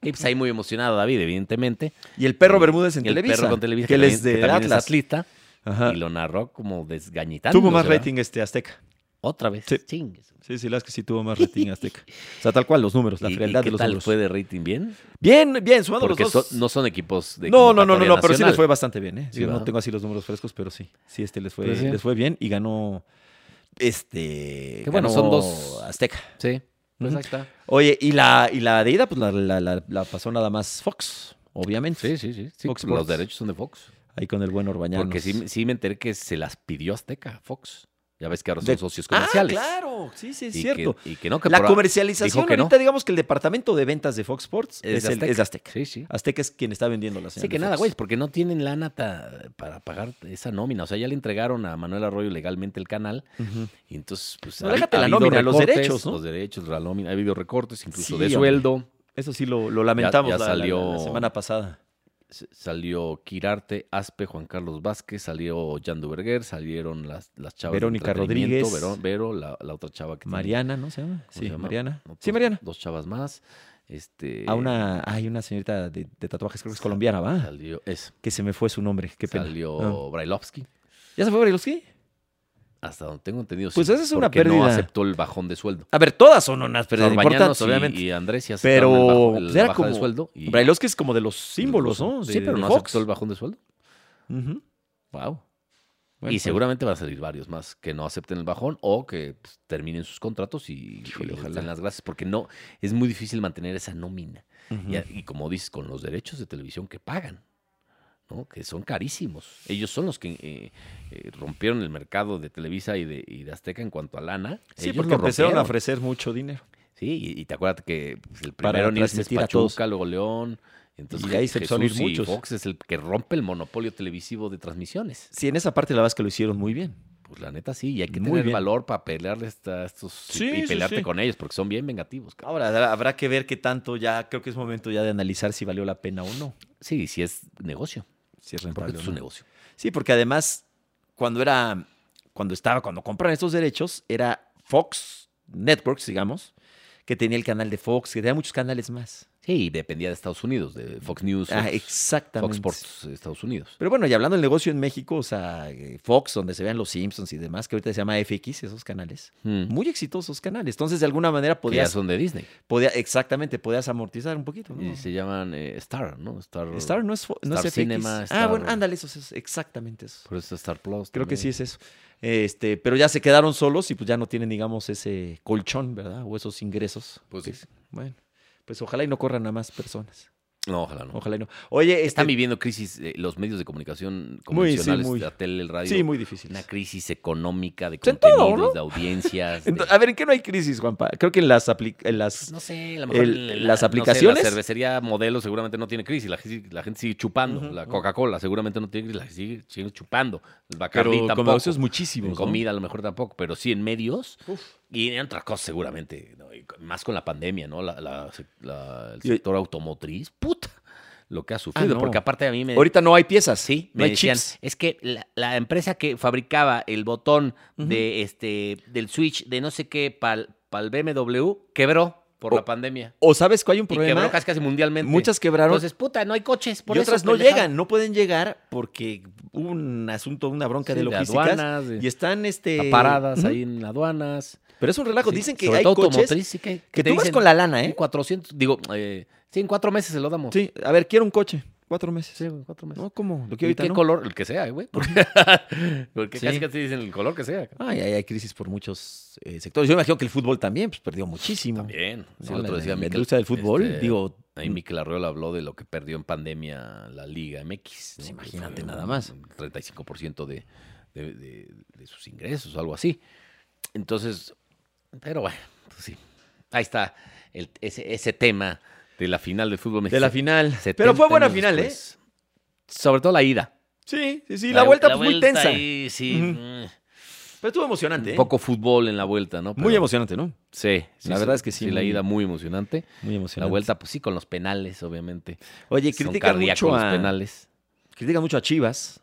Speaker 2: Y pues ahí muy emocionado David, evidentemente.
Speaker 1: Y el perro
Speaker 2: Y-
Speaker 1: Bermúdez en
Speaker 2: y el
Speaker 1: Televisa.
Speaker 2: perro con Televisa,
Speaker 1: Que él
Speaker 2: también-
Speaker 1: es de
Speaker 2: también es
Speaker 1: Atlas.
Speaker 2: atlista.
Speaker 1: Ajá.
Speaker 2: Y lo narró como desgañitando.
Speaker 1: Tuvo más rating este Azteca.
Speaker 2: Otra vez.
Speaker 1: Sí.
Speaker 2: Chingues.
Speaker 1: Sí, sí, las que sí tuvo más rating Azteca. O sea, tal cual, los números, Pues la
Speaker 2: ¿Y- y
Speaker 1: frialdad
Speaker 2: qué
Speaker 1: de los
Speaker 2: tal
Speaker 1: números.
Speaker 2: fue de rating? ¿Bien?
Speaker 1: Bien, bien, sumando
Speaker 2: Porque
Speaker 1: los dos.
Speaker 2: son- no son equipos de
Speaker 1: no, no, no, no,
Speaker 2: convocatoria
Speaker 1: no, pero sí les
Speaker 2: nacional.
Speaker 1: fue bastante bien, ¿eh?
Speaker 2: Sí,
Speaker 1: Yo no
Speaker 2: ¿verdad?
Speaker 1: tengo así los números frescos, pero sí. Sí, este les fue,
Speaker 2: Pues sí.
Speaker 1: les fue bien y ganó. Este.
Speaker 2: Que bueno,
Speaker 1: ganó
Speaker 2: son dos-
Speaker 1: Azteca.
Speaker 2: Sí. Pues
Speaker 1: Ujú.
Speaker 2: ahí está.
Speaker 1: Oye, y la, y la de ida, pues la, la- la- la pasó nada más Fox, obviamente.
Speaker 2: Sí, sí, sí. sí.
Speaker 1: Fox Sports.
Speaker 2: los derechos son de Fox.
Speaker 1: Ahí con el buen Orbañanos.
Speaker 2: Porque sí, sí me enteré que se las pidió Azteca, Fox. Ya ves que ahora son
Speaker 1: De-
Speaker 2: socios
Speaker 1: Ah,
Speaker 2: comerciales.
Speaker 1: claro. Sí, sí, es
Speaker 2: Y
Speaker 1: cierto.
Speaker 2: Que, y que no, que
Speaker 1: la
Speaker 2: por-
Speaker 1: comercialización
Speaker 2: dijo que no.
Speaker 1: ahorita, digamos que el departamento de ventas de Fox Sports es, el- es de Azteca.
Speaker 2: Sí, sí.
Speaker 1: Azteca es quien está vendiendo la señal
Speaker 2: Sí, que
Speaker 1: de
Speaker 2: nada,
Speaker 1: Fox.
Speaker 2: güey, porque no tienen lana ta- para pagar esa nómina. O sea, ya le entregaron a Manuel Arroyo legalmente el canal.
Speaker 1: Ujú.
Speaker 2: Y entonces, pues.
Speaker 1: No,
Speaker 2: ha-
Speaker 1: déjate
Speaker 2: ha
Speaker 1: la
Speaker 2: habido
Speaker 1: nómina, los
Speaker 2: recortes,
Speaker 1: derechos, ¿no?
Speaker 2: Los derechos, la nómina. Ha habido recortes, incluso
Speaker 1: Sí,
Speaker 2: de
Speaker 1: hombre.
Speaker 2: sueldo.
Speaker 1: Eso sí lo, lo lamentamos
Speaker 2: ya
Speaker 1: la- la- la- la
Speaker 2: salió-
Speaker 1: semana pasada.
Speaker 2: S- Salió Quirarte, Aspe, Juan Carlos Vázquez, salió Jan Duverger, salieron las, las chavas. de
Speaker 1: Verónica
Speaker 2: entretenimiento,
Speaker 1: Rodríguez.
Speaker 2: Verón- Vero, la, la otra chava que tiene-
Speaker 1: Mariana, ¿no se llama?
Speaker 2: se
Speaker 1: Sí,
Speaker 2: llama?
Speaker 1: Mariana.
Speaker 2: Otros
Speaker 1: Sí, Mariana.
Speaker 2: Dos chavas más. Este,
Speaker 1: A una, hay una señorita de, de tatuajes, creo que es
Speaker 2: Sal-
Speaker 1: colombiana, ¿va?
Speaker 2: Salió, es,
Speaker 1: Que se me fue su nombre, qué pena.
Speaker 2: salió Brailovsky.
Speaker 1: Ah. ¿Ya se fue Brailovsky?
Speaker 2: Hasta donde tengo entendido.
Speaker 1: Pues
Speaker 2: sí,
Speaker 1: esa es una
Speaker 2: porque no
Speaker 1: pérdida.
Speaker 2: aceptó el bajón de sueldo.
Speaker 1: A ver, todas son unas
Speaker 2: Pero
Speaker 1: pérdidas importantes,
Speaker 2: obviamente.
Speaker 1: obviamente.
Speaker 2: Y Andrés sí
Speaker 1: Pero,
Speaker 2: aceptaron el bajo- el
Speaker 1: pues, era
Speaker 2: baja de
Speaker 1: como-
Speaker 2: sueldo. y-
Speaker 1: Brailovsky es como de los símbolos, ¿no?
Speaker 2: Sí,
Speaker 1: De-
Speaker 2: pero
Speaker 1: de
Speaker 2: no
Speaker 1: Fox.
Speaker 2: aceptó el bajón de sueldo.
Speaker 1: Ujú.
Speaker 2: Wow.
Speaker 1: Bueno,
Speaker 2: y
Speaker 1: pues,
Speaker 2: seguramente van a salir varios más que no acepten el bajón o que pues, terminen sus contratos y,
Speaker 1: Híjole,
Speaker 2: y les
Speaker 1: ojalá.
Speaker 2: den las gracias porque no es muy difícil mantener esa nómina.
Speaker 1: ujú.
Speaker 2: Y a- Y, como dices, con los derechos de televisión que pagan, ¿no? que son carísimos. Ellos son los que eh, eh, rompieron el mercado de Televisa y de, y de Azteca en cuanto a lana.
Speaker 1: Sí,
Speaker 2: Ellos
Speaker 1: porque
Speaker 2: lo
Speaker 1: empezaron a
Speaker 2: rompieron.
Speaker 1: ofrecer mucho dinero.
Speaker 2: Sí, y, y te acuerdas que pues, el
Speaker 1: Para
Speaker 2: primero en irse es
Speaker 1: transmitir a todos.
Speaker 2: Pachuca, luego León. Entonces,
Speaker 1: Y ahí se empezaron a ir
Speaker 2: Jesús y
Speaker 1: muchos.
Speaker 2: Fox es el que rompe el monopolio televisivo de transmisiones.
Speaker 1: Sí, en esa parte la verdad es que lo hicieron muy bien.
Speaker 2: Pues la neta sí, y hay que
Speaker 1: Muy
Speaker 2: tener
Speaker 1: bien.
Speaker 2: valor para pelearles a estos
Speaker 1: Sí,
Speaker 2: y
Speaker 1: sí,
Speaker 2: pelearte
Speaker 1: sí.
Speaker 2: con ellos, porque son bien vengativos. cabrón.
Speaker 1: Ahora habrá- habrá que ver qué tanto ya, creo que es momento ya de analizar si valió la pena o no.
Speaker 2: Sí, sí es negocio.
Speaker 1: Si es
Speaker 2: Porque
Speaker 1: rentable.
Speaker 2: esto
Speaker 1: o
Speaker 2: es un
Speaker 1: no.
Speaker 2: negocio.
Speaker 1: Sí, porque además, cuando era, cuando estaba, cuando compraron estos derechos, era Fox Networks, digamos, que tenía el canal de Fox, que tenía muchos canales más.
Speaker 2: Sí, y dependía de Estados Unidos, de Fox News,
Speaker 1: Ah,
Speaker 2: Fox- Fox
Speaker 1: exactamente.
Speaker 2: Sports, eh, Estados Unidos.
Speaker 1: Pero bueno, y hablando del negocio en México, o sea, eh, Fox, donde se vean los Simpsons y demás, que ahorita se llama FX, esos canales.
Speaker 2: Mm.
Speaker 1: Muy exitosos canales. Entonces, de alguna manera
Speaker 2: Que ya
Speaker 1: podías,
Speaker 2: son de Disney.
Speaker 1: podía, exactamente, podías amortizar un poquito. ¿no?
Speaker 2: Y se llaman eh, Star, ¿no? Star,
Speaker 1: Star no es, Fo- no es
Speaker 2: Star
Speaker 1: FX.
Speaker 2: Cinema,
Speaker 1: Ah,
Speaker 2: Star-
Speaker 1: bueno, ándale, esos, esos, exactamente esos.
Speaker 2: Por eso Star Plus.
Speaker 1: Creo que sí
Speaker 2: también.
Speaker 1: es eso. Este, pero ya se quedaron solos y pues ya no tienen, digamos, ese colchón, ¿verdad? O esos ingresos.
Speaker 2: Pues
Speaker 1: Que-
Speaker 2: sí.
Speaker 1: Bueno, pues ojalá y no corran a más personas.
Speaker 2: No, ojalá no.
Speaker 1: Ojalá y no. Oye, este,
Speaker 2: Están viviendo crisis eh, los medios de comunicación
Speaker 1: Muy, sí,
Speaker 2: convencionales,
Speaker 1: muy.
Speaker 2: la tele, el radio.
Speaker 1: sí, muy difícil.
Speaker 2: Una crisis económica de
Speaker 1: Pues en todo,
Speaker 2: contenidos,
Speaker 1: ¿no?
Speaker 2: de audiencias. de- pues,
Speaker 1: Ento- a ver, ¿en qué no hay crisis, Juanpa? Creo que en las, apli- en las
Speaker 2: no sé, a lo mejor
Speaker 1: El-
Speaker 2: en
Speaker 1: las
Speaker 2: no sé,
Speaker 1: aplicaciones.
Speaker 2: la cervecería modelo seguramente no tiene crisis. La, gen- la gente sigue chupando.
Speaker 1: Ujú,
Speaker 2: la
Speaker 1: ujú.
Speaker 2: Coca-Cola seguramente no tiene crisis. La gente sigue, sigue chupando. El
Speaker 1: pero
Speaker 2: Bacardi
Speaker 1: con
Speaker 2: tampoco.
Speaker 1: negocios muchísimos.
Speaker 2: En
Speaker 1: ¿no?
Speaker 2: comida a lo mejor tampoco, pero sí en medios
Speaker 1: Uf.
Speaker 2: y en otras cosas seguramente. ¿no? Y con- más con la pandemia, ¿no? La- la- la- el
Speaker 1: Y- Ah,
Speaker 2: sector automotriz, puta, lo que ha sufrido.
Speaker 1: no.
Speaker 2: Porque aparte a mí me...
Speaker 1: Ahorita no hay piezas, sí. No
Speaker 2: Me
Speaker 1: hay
Speaker 2: decían,
Speaker 1: chips.
Speaker 2: es que la, la empresa que fabricaba el botón de este del switch de no sé qué para el BMW quebró por
Speaker 1: Oh.
Speaker 2: la pandemia.
Speaker 1: O sabes que hay un
Speaker 2: Y quebró
Speaker 1: problema.
Speaker 2: casi, casi mundialmente.
Speaker 1: Muchas quebraron
Speaker 2: Entonces, puta, no hay coches. Por
Speaker 1: y
Speaker 2: eso,
Speaker 1: otras no
Speaker 2: pendejada.
Speaker 1: llegan, no pueden llegar porque hubo un asunto, una bronca
Speaker 2: Sí,
Speaker 1: de
Speaker 2: de
Speaker 1: logísticas.
Speaker 2: aduanas, de-
Speaker 1: y están este,
Speaker 2: paradas
Speaker 1: ujú.
Speaker 2: ahí en aduanas.
Speaker 1: Pero es un relajo.
Speaker 2: Sí,
Speaker 1: Dicen que
Speaker 2: sobre
Speaker 1: hay
Speaker 2: todo
Speaker 1: coches
Speaker 2: automotriz, sí que,
Speaker 1: que
Speaker 2: te
Speaker 1: tú vas
Speaker 2: dicen,
Speaker 1: con la lana,
Speaker 2: En
Speaker 1: ¿eh?
Speaker 2: 400, digo, eh, sí, en cuatro meses se lo damos.
Speaker 1: Sí, a ver, quiero un coche. Cuatro meses.
Speaker 2: Sí, en cuatro meses.
Speaker 1: No, ¿cómo? Lo
Speaker 2: ¿Y
Speaker 1: que ahorita
Speaker 2: qué
Speaker 1: no.
Speaker 2: color? El que sea, güey. Porque, porque
Speaker 1: Sí.
Speaker 2: casi casi dicen el color que sea.
Speaker 1: Ay, ay, hay crisis por muchos eh, sectores. Yo imagino que el fútbol también pues, perdió muchísimo.
Speaker 2: Bien.
Speaker 1: ¿no?
Speaker 2: Sí, el otro
Speaker 1: la,
Speaker 2: decía
Speaker 1: la
Speaker 2: Miquel,
Speaker 1: industria del fútbol,
Speaker 2: este,
Speaker 1: digo, mm.
Speaker 2: Ahí Miquel Arreola habló de lo que perdió en pandemia la Liga MX.
Speaker 1: Pues
Speaker 2: Que
Speaker 1: imagínate
Speaker 2: fue
Speaker 1: nada
Speaker 2: un
Speaker 1: más.
Speaker 2: 35% de, de, de- de sus ingresos, algo así. Entonces, pero bueno, pues sí. Ahí está el- ese, ese tema de la final del fútbol
Speaker 1: de
Speaker 2: mexicano.
Speaker 1: la final. Pero fue buena final, ¿eh?
Speaker 2: ¿eh? Sobre todo la ida.
Speaker 1: Sí, sí, sí. La, vuelta pues, muy
Speaker 2: vuelta
Speaker 1: tensa.
Speaker 2: ahí, sí.
Speaker 1: Ujú.
Speaker 2: mm.
Speaker 1: Pero estuvo emocionante, ¿eh?
Speaker 2: Poco fútbol en la vuelta, ¿no?
Speaker 1: Muy
Speaker 2: Pero-
Speaker 1: emocionante, ¿no?
Speaker 2: Sí, sí,
Speaker 1: La
Speaker 2: sí,
Speaker 1: verdad es que sí,
Speaker 2: la
Speaker 1: muy-
Speaker 2: ida muy emocionante.
Speaker 1: Muy
Speaker 2: La
Speaker 1: emocionante.
Speaker 2: vuelta, pues sí, con los penales, obviamente.
Speaker 1: Oye,
Speaker 2: Son
Speaker 1: critican
Speaker 2: cardíacos
Speaker 1: mucho,
Speaker 2: los
Speaker 1: a,
Speaker 2: penales.
Speaker 1: critican mucho a Chivas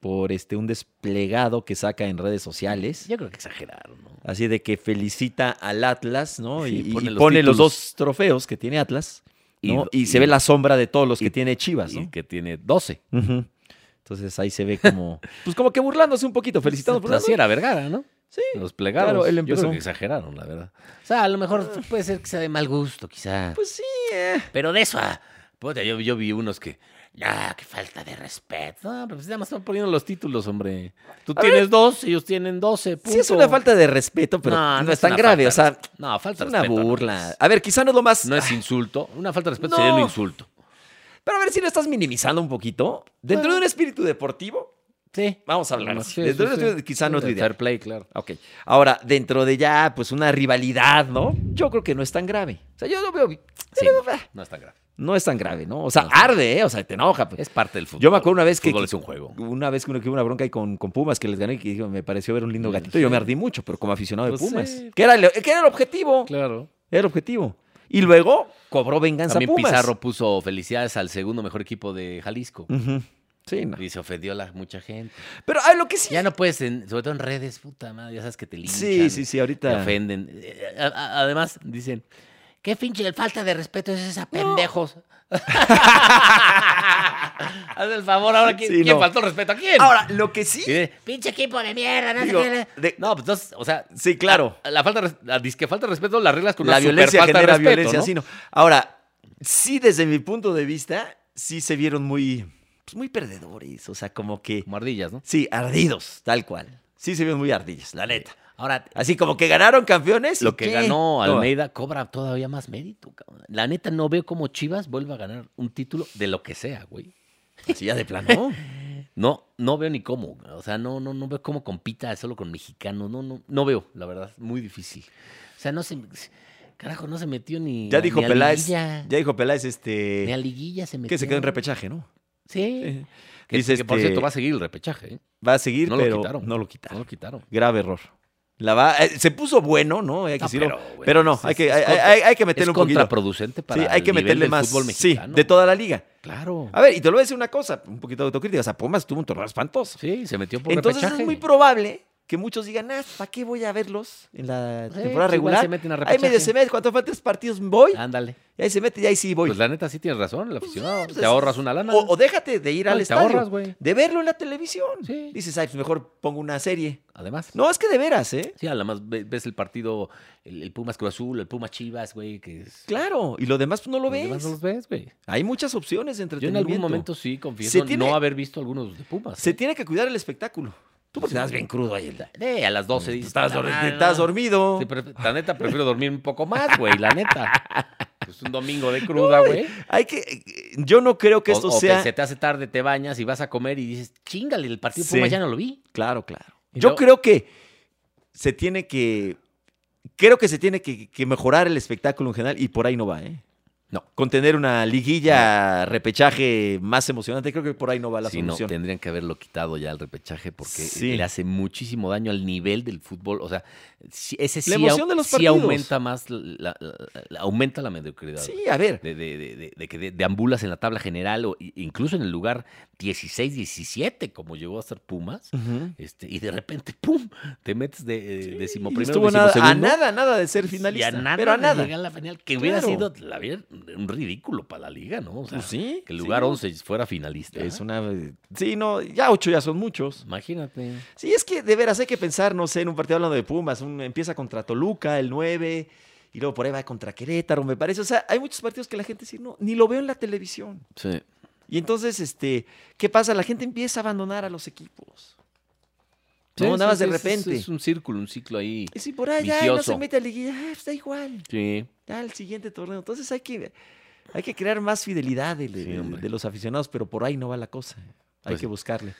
Speaker 1: por este, un desplegado que saca en redes sociales.
Speaker 2: Yo creo que exageraron, ¿no?
Speaker 1: Así de que felicita al Atlas, ¿no?
Speaker 2: Sí,
Speaker 1: y y
Speaker 2: pone
Speaker 1: pone,
Speaker 2: los
Speaker 1: los,
Speaker 2: títulos.
Speaker 1: dos trofeos que tiene Atlas, ¿no? Y, se ve la sombra de todos los que
Speaker 2: y-
Speaker 1: tiene Chivas,
Speaker 2: y
Speaker 1: ¿no?
Speaker 2: que tiene 12.
Speaker 1: Ujú. Entonces ahí se ve como, pues como que burlándose un poquito, felicitando por
Speaker 2: Pues así era Vergara, ¿no?
Speaker 1: Sí,
Speaker 2: Los plegados.
Speaker 1: claro, él
Speaker 2: Yo creo
Speaker 1: empezó.
Speaker 2: que exageraron, la verdad. O sea, a lo mejor puede ser que sea de mal gusto, quizá.
Speaker 1: Pues sí, eh.
Speaker 2: Pero de eso a... puta, yo, yo vi unos que... Ah, qué falta de respeto. No, pero pues nada más están poniendo los títulos, hombre. Tú
Speaker 1: A
Speaker 2: tienes dos, ellos tienen 12, punto.
Speaker 1: Sí es una falta de respeto, pero
Speaker 2: No,
Speaker 1: no,
Speaker 2: no
Speaker 1: es
Speaker 2: es
Speaker 1: tan
Speaker 2: una
Speaker 1: grave, o
Speaker 2: falta de
Speaker 1: sea,
Speaker 2: No,
Speaker 1: es
Speaker 2: falta de
Speaker 1: una
Speaker 2: respeto. no
Speaker 1: burla.
Speaker 2: es-
Speaker 1: A ver, quizá no es lo más...
Speaker 2: No es insulto. Una falta de respeto
Speaker 1: No.
Speaker 2: sería un insulto.
Speaker 1: Pero a ver si lo estás minimizando un poquito. Dentro
Speaker 2: Bueno.
Speaker 1: de un espíritu deportivo,
Speaker 2: Sí.
Speaker 1: vamos a hablar.
Speaker 2: Sí,
Speaker 1: así.
Speaker 2: sí,
Speaker 1: Dentro de
Speaker 2: sí.
Speaker 1: un espíritu quizá no es lo
Speaker 2: Fair
Speaker 1: ideal.
Speaker 2: play, claro.
Speaker 1: Ok. Ahora, dentro de ya, pues una rivalidad, ¿no? Yo creo que no es tan grave. O sea, yo lo veo.
Speaker 2: Sí,
Speaker 1: yo lo veo-
Speaker 2: no, no está grave.
Speaker 1: No es tan grave, ¿no? O sea, arde, ¿eh? O sea, te enoja. pues.
Speaker 2: Es parte del fútbol.
Speaker 1: Yo me acuerdo una vez que.
Speaker 2: El fútbol es un juego.
Speaker 1: Una vez que uno- que hubo una bronca ahí con, con Pumas que les gané y que digo, me pareció ver un lindo gatito. Yo me ardí mucho, pero como aficionado de
Speaker 2: Pues
Speaker 1: Pumas.
Speaker 2: sí.
Speaker 1: Que era, el, que era el objetivo.
Speaker 2: Claro.
Speaker 1: Era el objetivo. Y luego cobró venganza
Speaker 2: También
Speaker 1: Pumas.
Speaker 2: Pizarro puso felicidades al segundo mejor equipo de Jalisco.
Speaker 1: Ujú. Sí, no.
Speaker 2: Y se ofendió la mucha gente.
Speaker 1: Pero ah, lo que sí.
Speaker 2: Ya no puedes, en- sobre todo en redes, puta madre, ya sabes que te linchan.
Speaker 1: Sí, sí, sí,
Speaker 2: Te
Speaker 1: ahorita.
Speaker 2: ofenden. Eh, a- a- Además, dicen, ¿qué finche falta de respeto es esa, pendejos? Haz el favor, ahora, ¿quién,
Speaker 1: Sí,
Speaker 2: quién
Speaker 1: no.
Speaker 2: faltó el respeto a quién?
Speaker 1: Ahora, lo que sí.
Speaker 2: Y de, pinche equipo de mierda, no sé
Speaker 1: Digo,
Speaker 2: qué".
Speaker 1: de-
Speaker 2: No, pues entonces, o sea,
Speaker 1: Sí, claro.
Speaker 2: la falta, de res- la disque falta de respeto, las reglas con
Speaker 1: la
Speaker 2: una super
Speaker 1: violencia
Speaker 2: falta de
Speaker 1: genera
Speaker 2: respeto,
Speaker 1: violencia,
Speaker 2: ¿no?
Speaker 1: sí, no. Ahora, sí, desde mi punto de vista, sí se vieron muy, pues, muy perdedores. O sea, como que.
Speaker 2: Como ardillas, ¿no?
Speaker 1: Sí, ardidos, tal cual. Sí se vieron muy ardillos, la neta.
Speaker 2: Ahora,
Speaker 1: Así como que ganaron campeones. ¿y
Speaker 2: lo que
Speaker 1: qué?
Speaker 2: ganó
Speaker 1: No,
Speaker 2: Almeida cobra todavía más mérito. cabrón. La neta, no veo cómo Chivas vuelva a ganar un título de lo que sea, güey.
Speaker 1: Así ya de plano.
Speaker 2: No, no veo ni cómo. O sea, no, no, no veo cómo compita solo con mexicanos. No, no, no veo, la verdad, muy difícil. O sea, no se. Carajo, no se metió ni.
Speaker 1: ya dijo
Speaker 2: ni a
Speaker 1: Peláez.
Speaker 2: liguilla.
Speaker 1: Ya dijo Peláez
Speaker 2: Ni a
Speaker 1: este.
Speaker 2: liguilla se metió.
Speaker 1: Que se quedó en repechaje, ¿no?
Speaker 2: Sí.
Speaker 1: Sí.
Speaker 2: Que,
Speaker 1: Dice,
Speaker 2: que, por
Speaker 1: este,
Speaker 2: cierto va a seguir el repechaje. ¿eh?
Speaker 1: Va a seguir,
Speaker 2: No lo
Speaker 1: pero
Speaker 2: quitaron.
Speaker 1: no lo
Speaker 2: No
Speaker 1: quitaron.
Speaker 2: lo quitaron.
Speaker 1: Grave error. La va, eh, se puso bueno, ¿no? Hay que
Speaker 2: No,
Speaker 1: decirlo.
Speaker 2: pero,
Speaker 1: Pero,
Speaker 2: bueno,
Speaker 1: no,
Speaker 2: es-
Speaker 1: hay que,
Speaker 2: es
Speaker 1: hay,
Speaker 2: contra-
Speaker 1: hay- hay que
Speaker 2: Es
Speaker 1: meterle un poquito.
Speaker 2: contraproducente para
Speaker 1: Sí, hay que
Speaker 2: el nivel
Speaker 1: meterle
Speaker 2: del
Speaker 1: más.
Speaker 2: fútbol
Speaker 1: Sí,
Speaker 2: mexicano.
Speaker 1: de Ah, toda la liga.
Speaker 2: Claro.
Speaker 1: A ver, y te lo voy a decir una cosa, un poquito de autocrítica. O sea, Pumas tuvo un torneo espantoso.
Speaker 2: Sí, se metió por
Speaker 1: Entonces
Speaker 2: repechaje.
Speaker 1: es muy probable que muchos digan, ah, ¿para qué voy a verlos en la
Speaker 2: Sí,
Speaker 1: temporada
Speaker 2: pues igual
Speaker 1: regular?
Speaker 2: se meten a
Speaker 1: ahí medio
Speaker 2: repechaje.
Speaker 1: se mete, cuando faltan tres partidos voy,
Speaker 2: Ándale.
Speaker 1: y ahí se mete y ahí sí voy.
Speaker 2: Pues la neta sí tienes razón, el aficionado.
Speaker 1: pues
Speaker 2: te
Speaker 1: es-
Speaker 2: ahorras una lana.
Speaker 1: o, o déjate de ir
Speaker 2: No,
Speaker 1: al
Speaker 2: y te
Speaker 1: estadio,
Speaker 2: ahorras, güey.
Speaker 1: de verlo en la televisión.
Speaker 2: Sí.
Speaker 1: Dices, ay, pues mejor pongo una serie.
Speaker 2: Además.
Speaker 1: No, es que de veras, ¿eh?
Speaker 2: Sí, además ve- ves el partido, el, el Pumas Cruz Azul, el Pumas Chivas, güey, que es...
Speaker 1: Claro, y lo demás pues, no lo
Speaker 2: Los demás
Speaker 1: ves.
Speaker 2: no los ves, güey.
Speaker 1: Hay muchas opciones de
Speaker 2: Yo en
Speaker 1: entretenimiento.
Speaker 2: algún momento sí confieso
Speaker 1: Se tiene-
Speaker 2: no haber visto algunos de Pumas.
Speaker 1: Se tiene que cuidar el espectáculo. Tú porque estás bien crudo ahí. el-
Speaker 2: Eh, a las 12 dices,
Speaker 1: Estás,
Speaker 2: "Puta
Speaker 1: dor-
Speaker 2: madre,
Speaker 1: estás
Speaker 2: no".
Speaker 1: dormido.
Speaker 2: Sí, pero la neta prefiero dormir un poco más, güey, la neta. Pues un domingo de cruda, güey.
Speaker 1: Hay que. Yo no creo que
Speaker 2: O-
Speaker 1: esto
Speaker 2: o, que
Speaker 1: sea.
Speaker 2: se te hace tarde, te bañas y vas a comer y dices, chingale, el partido
Speaker 1: Sí.
Speaker 2: Pumas ya no lo vi.
Speaker 1: Claro, claro.
Speaker 2: Y
Speaker 1: Yo
Speaker 2: luego-
Speaker 1: creo que se tiene que. Creo que se tiene que, que mejorar el espectáculo en general y por ahí no va, ¿eh?
Speaker 2: No.
Speaker 1: Con tener una liguilla repechaje más emocionante, creo que por ahí no va la
Speaker 2: Sí, no,
Speaker 1: solución.
Speaker 2: tendrían que haberlo quitado ya el repechaje porque
Speaker 1: Sí.
Speaker 2: le hace muchísimo daño al nivel del fútbol. O sea, sí- ese sí,
Speaker 1: La
Speaker 2: au-
Speaker 1: emoción de los
Speaker 2: sí
Speaker 1: partidos.
Speaker 2: aumenta más, la, la- la- la- aumenta la mediocridad.
Speaker 1: Sí, a ver.
Speaker 2: De, de- de- de- de que de- deambulas en la tabla general o i- incluso en el lugar 16, 17, como llegó a ser Pumas.
Speaker 1: Ujú.
Speaker 2: Este, y de repente, ¡pum! Te metes de, eh, de
Speaker 1: Y
Speaker 2: decimoprimero,
Speaker 1: estuvo nada- a
Speaker 2: decimosegundo,
Speaker 1: nada, nada de
Speaker 2: y
Speaker 1: ser
Speaker 2: a
Speaker 1: finalista.
Speaker 2: nada
Speaker 1: pero a
Speaker 2: de
Speaker 1: nada.
Speaker 2: llegar a la final, que hubiera
Speaker 1: Claro.
Speaker 2: sido la verdad, un ridículo para la liga, ¿no? O sea,
Speaker 1: Pues sí.
Speaker 2: que el lugar
Speaker 1: sí.
Speaker 2: 11 fuera finalista. ¿eh?
Speaker 1: Es una. Sí, no, ya ocho ya son muchos.
Speaker 2: Imagínate.
Speaker 1: Sí, es que de veras hay que pensar, no sé, en un partido hablando de Pumas. un- empieza contra Toluca, el 9, y luego por ahí va contra Querétaro, me parece. O sea, hay muchos partidos que la gente dice, no, ni lo veo en la televisión.
Speaker 2: Sí.
Speaker 1: Y entonces, este, ¿qué pasa? La gente empieza a abandonar a los equipos.
Speaker 2: Sí,
Speaker 1: no,
Speaker 2: sí,
Speaker 1: nada más
Speaker 2: sí,
Speaker 1: de
Speaker 2: es- es-
Speaker 1: repente.
Speaker 2: Es, un círculo, un ciclo ahí.
Speaker 1: Y si por ahí ay, no
Speaker 2: vicioso.
Speaker 1: se mete a liguilla, ah, está igual.
Speaker 2: Sí.
Speaker 1: Ya el siguiente torneo. Entonces hay que, hay que crear más fidelidad de, de-
Speaker 2: Sí, hombre.
Speaker 1: de los aficionados, pero por ahí no va la cosa. ¿eh? Hay
Speaker 2: Pues sí.
Speaker 1: que buscarle.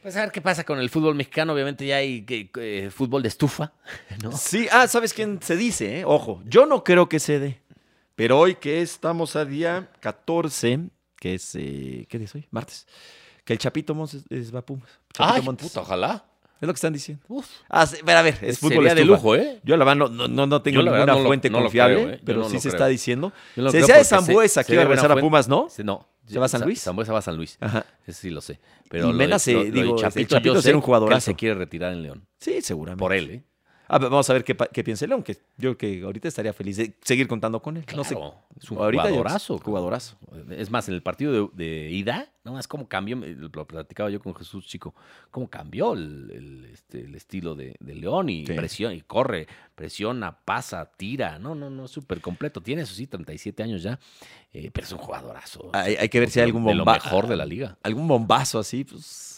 Speaker 2: Pues a ver qué pasa con el fútbol mexicano. Obviamente ya hay que- eh, fútbol de estufa, ¿no?
Speaker 1: Sí, ah, ¿sabes quién se dice? eh? Ojo, yo no creo que se dé. Pero hoy que estamos a día 14, que es, eh, ¿qué día es hoy? Martes. Que el Chapito Montes es- es- va a Pumas. Chapito
Speaker 2: Ay,
Speaker 1: Montes.
Speaker 2: puta, ojalá.
Speaker 1: Es lo que están diciendo.
Speaker 2: Uf.
Speaker 1: Ah, sí, pero a ver, es fútbol
Speaker 2: Sería de
Speaker 1: estufa.
Speaker 2: lujo, ¿eh?
Speaker 1: Yo la verdad no, no, no- no tengo
Speaker 2: Yo la verdad
Speaker 1: ninguna
Speaker 2: no lo-
Speaker 1: fuente
Speaker 2: no lo
Speaker 1: confiable,
Speaker 2: creo, ¿eh? Yo
Speaker 1: pero
Speaker 2: no
Speaker 1: sí
Speaker 2: lo
Speaker 1: se
Speaker 2: creo.
Speaker 1: está diciendo.
Speaker 2: Yo no
Speaker 1: se
Speaker 2: creo
Speaker 1: decía de
Speaker 2: porque se-
Speaker 1: Zambuesa que
Speaker 2: se
Speaker 1: iba a
Speaker 2: ve buena
Speaker 1: regresar a
Speaker 2: fuente.
Speaker 1: Pumas, ¿no?
Speaker 2: Se- No.
Speaker 1: ¿Se va a San Luis?
Speaker 2: Zambuesa va a San Luis.
Speaker 1: Ajá.
Speaker 2: Eso sí lo sé.
Speaker 1: Y
Speaker 2: Pero lo
Speaker 1: Mena
Speaker 2: de,
Speaker 1: se-
Speaker 2: lo- lo de
Speaker 1: digo,
Speaker 2: Chapito,
Speaker 1: este, Chapito
Speaker 2: yo
Speaker 1: será
Speaker 2: sé
Speaker 1: un jugadorazo.
Speaker 2: que él se quiere retirar en León.
Speaker 1: Sí, seguramente.
Speaker 2: Por él, ¿eh?
Speaker 1: A ver, vamos a ver qué, pa- qué piensa el León, que yo creo que ahorita estaría feliz de seguir contando con él. No sé.
Speaker 2: Claro, es un
Speaker 1: Ahorita ya-
Speaker 2: jugadorazo.
Speaker 1: Jugadorazo.
Speaker 2: Es más, en el partido de, de ida, nomás cómo cambió, me- lo platicaba yo con Jesús Chico, cómo cambió el, el, este, el estilo de, de León y
Speaker 1: Sí.
Speaker 2: presiona y corre, presiona, pasa, tira. No, no, no, súper completo. Tiene eso sí, 37 años ya, eh, pero es un jugadorazo.
Speaker 1: Hay, hay que ver si hay algún
Speaker 2: De lo
Speaker 1: bomba-
Speaker 2: mejor de la liga.
Speaker 1: Algún bombazo así, pues.